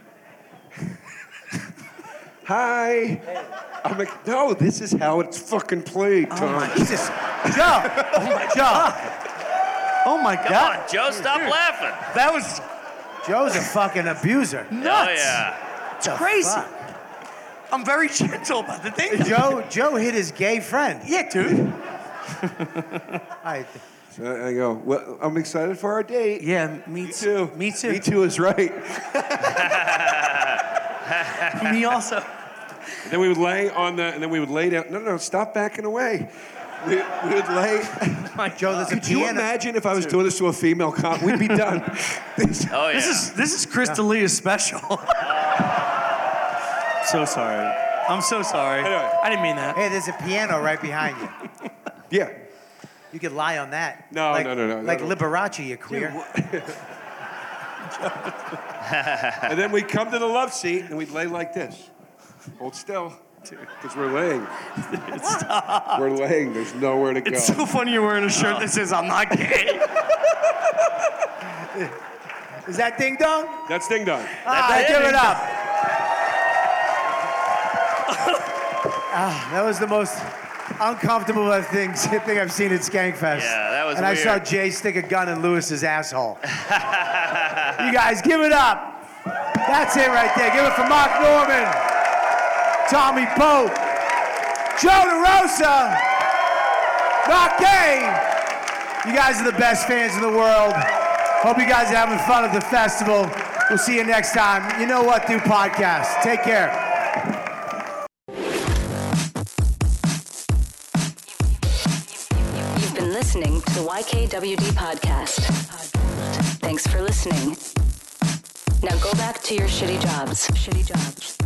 S3: Hi. I'm like, no, this is how it's fucking played, Tom.
S1: Jesus. Joe. Oh my Joe.
S5: Oh my
S2: Come
S5: god.
S2: on, Joe, stop laughing.
S5: That was
S1: Joe's a fucking abuser.
S2: Oh yeah.
S1: It's
S6: crazy. I'm very gentle about the thing.
S1: Joe Joe hit his gay friend.
S6: Yeah, dude.
S1: I,
S3: so I go, well, I'm excited for our date.
S6: Yeah, me
S3: Me too.
S6: Me too.
S3: Me too is right.
S6: Me also.
S3: And then we would lay on the, and then we would lay down. No, no, no, stop backing away. We, we would lay.
S1: Joe, there's a
S3: Could you
S1: piano.
S3: imagine if I was doing this to a female cop? We'd be done. This-
S2: Oh yeah.
S5: this is this is Chris D'Elia's special. so sorry. I'm so sorry.
S3: Anyway.
S5: I didn't mean that.
S1: Hey, there's a piano right behind you.
S3: yeah.
S1: You could lie on that.
S3: No,
S1: like,
S3: no, no, no, no,
S1: Like
S3: no.
S1: Liberace, you queer.
S3: And then we'd come to the love seat and we'd lay like this. Hold still. Because we're laying. We're laying. There's nowhere to go.
S5: It's so funny you're wearing a shirt that says I'm not gay.
S1: Is that ding dong?
S3: That's ding dong.
S1: Ah,
S2: it.
S1: give it up. ah, that was the most uncomfortable of things thing I've seen at Skankfest.
S2: Yeah, that was
S1: And I saw
S2: weird.
S1: Jay stick a gun in Lewis's asshole. you guys, give it up. That's it right there. Give it for Mark Norman, Tommy Pope, Joe DeRosa, Mark Kane. You guys are the best fans in the world. Hope you guys are having fun at the festival. We'll see you next time. You know what? Do podcast. Take care.
S7: You've been listening to the YKWD podcast. Thanks for listening. Now go back to your shitty jobs. Shitty jobs.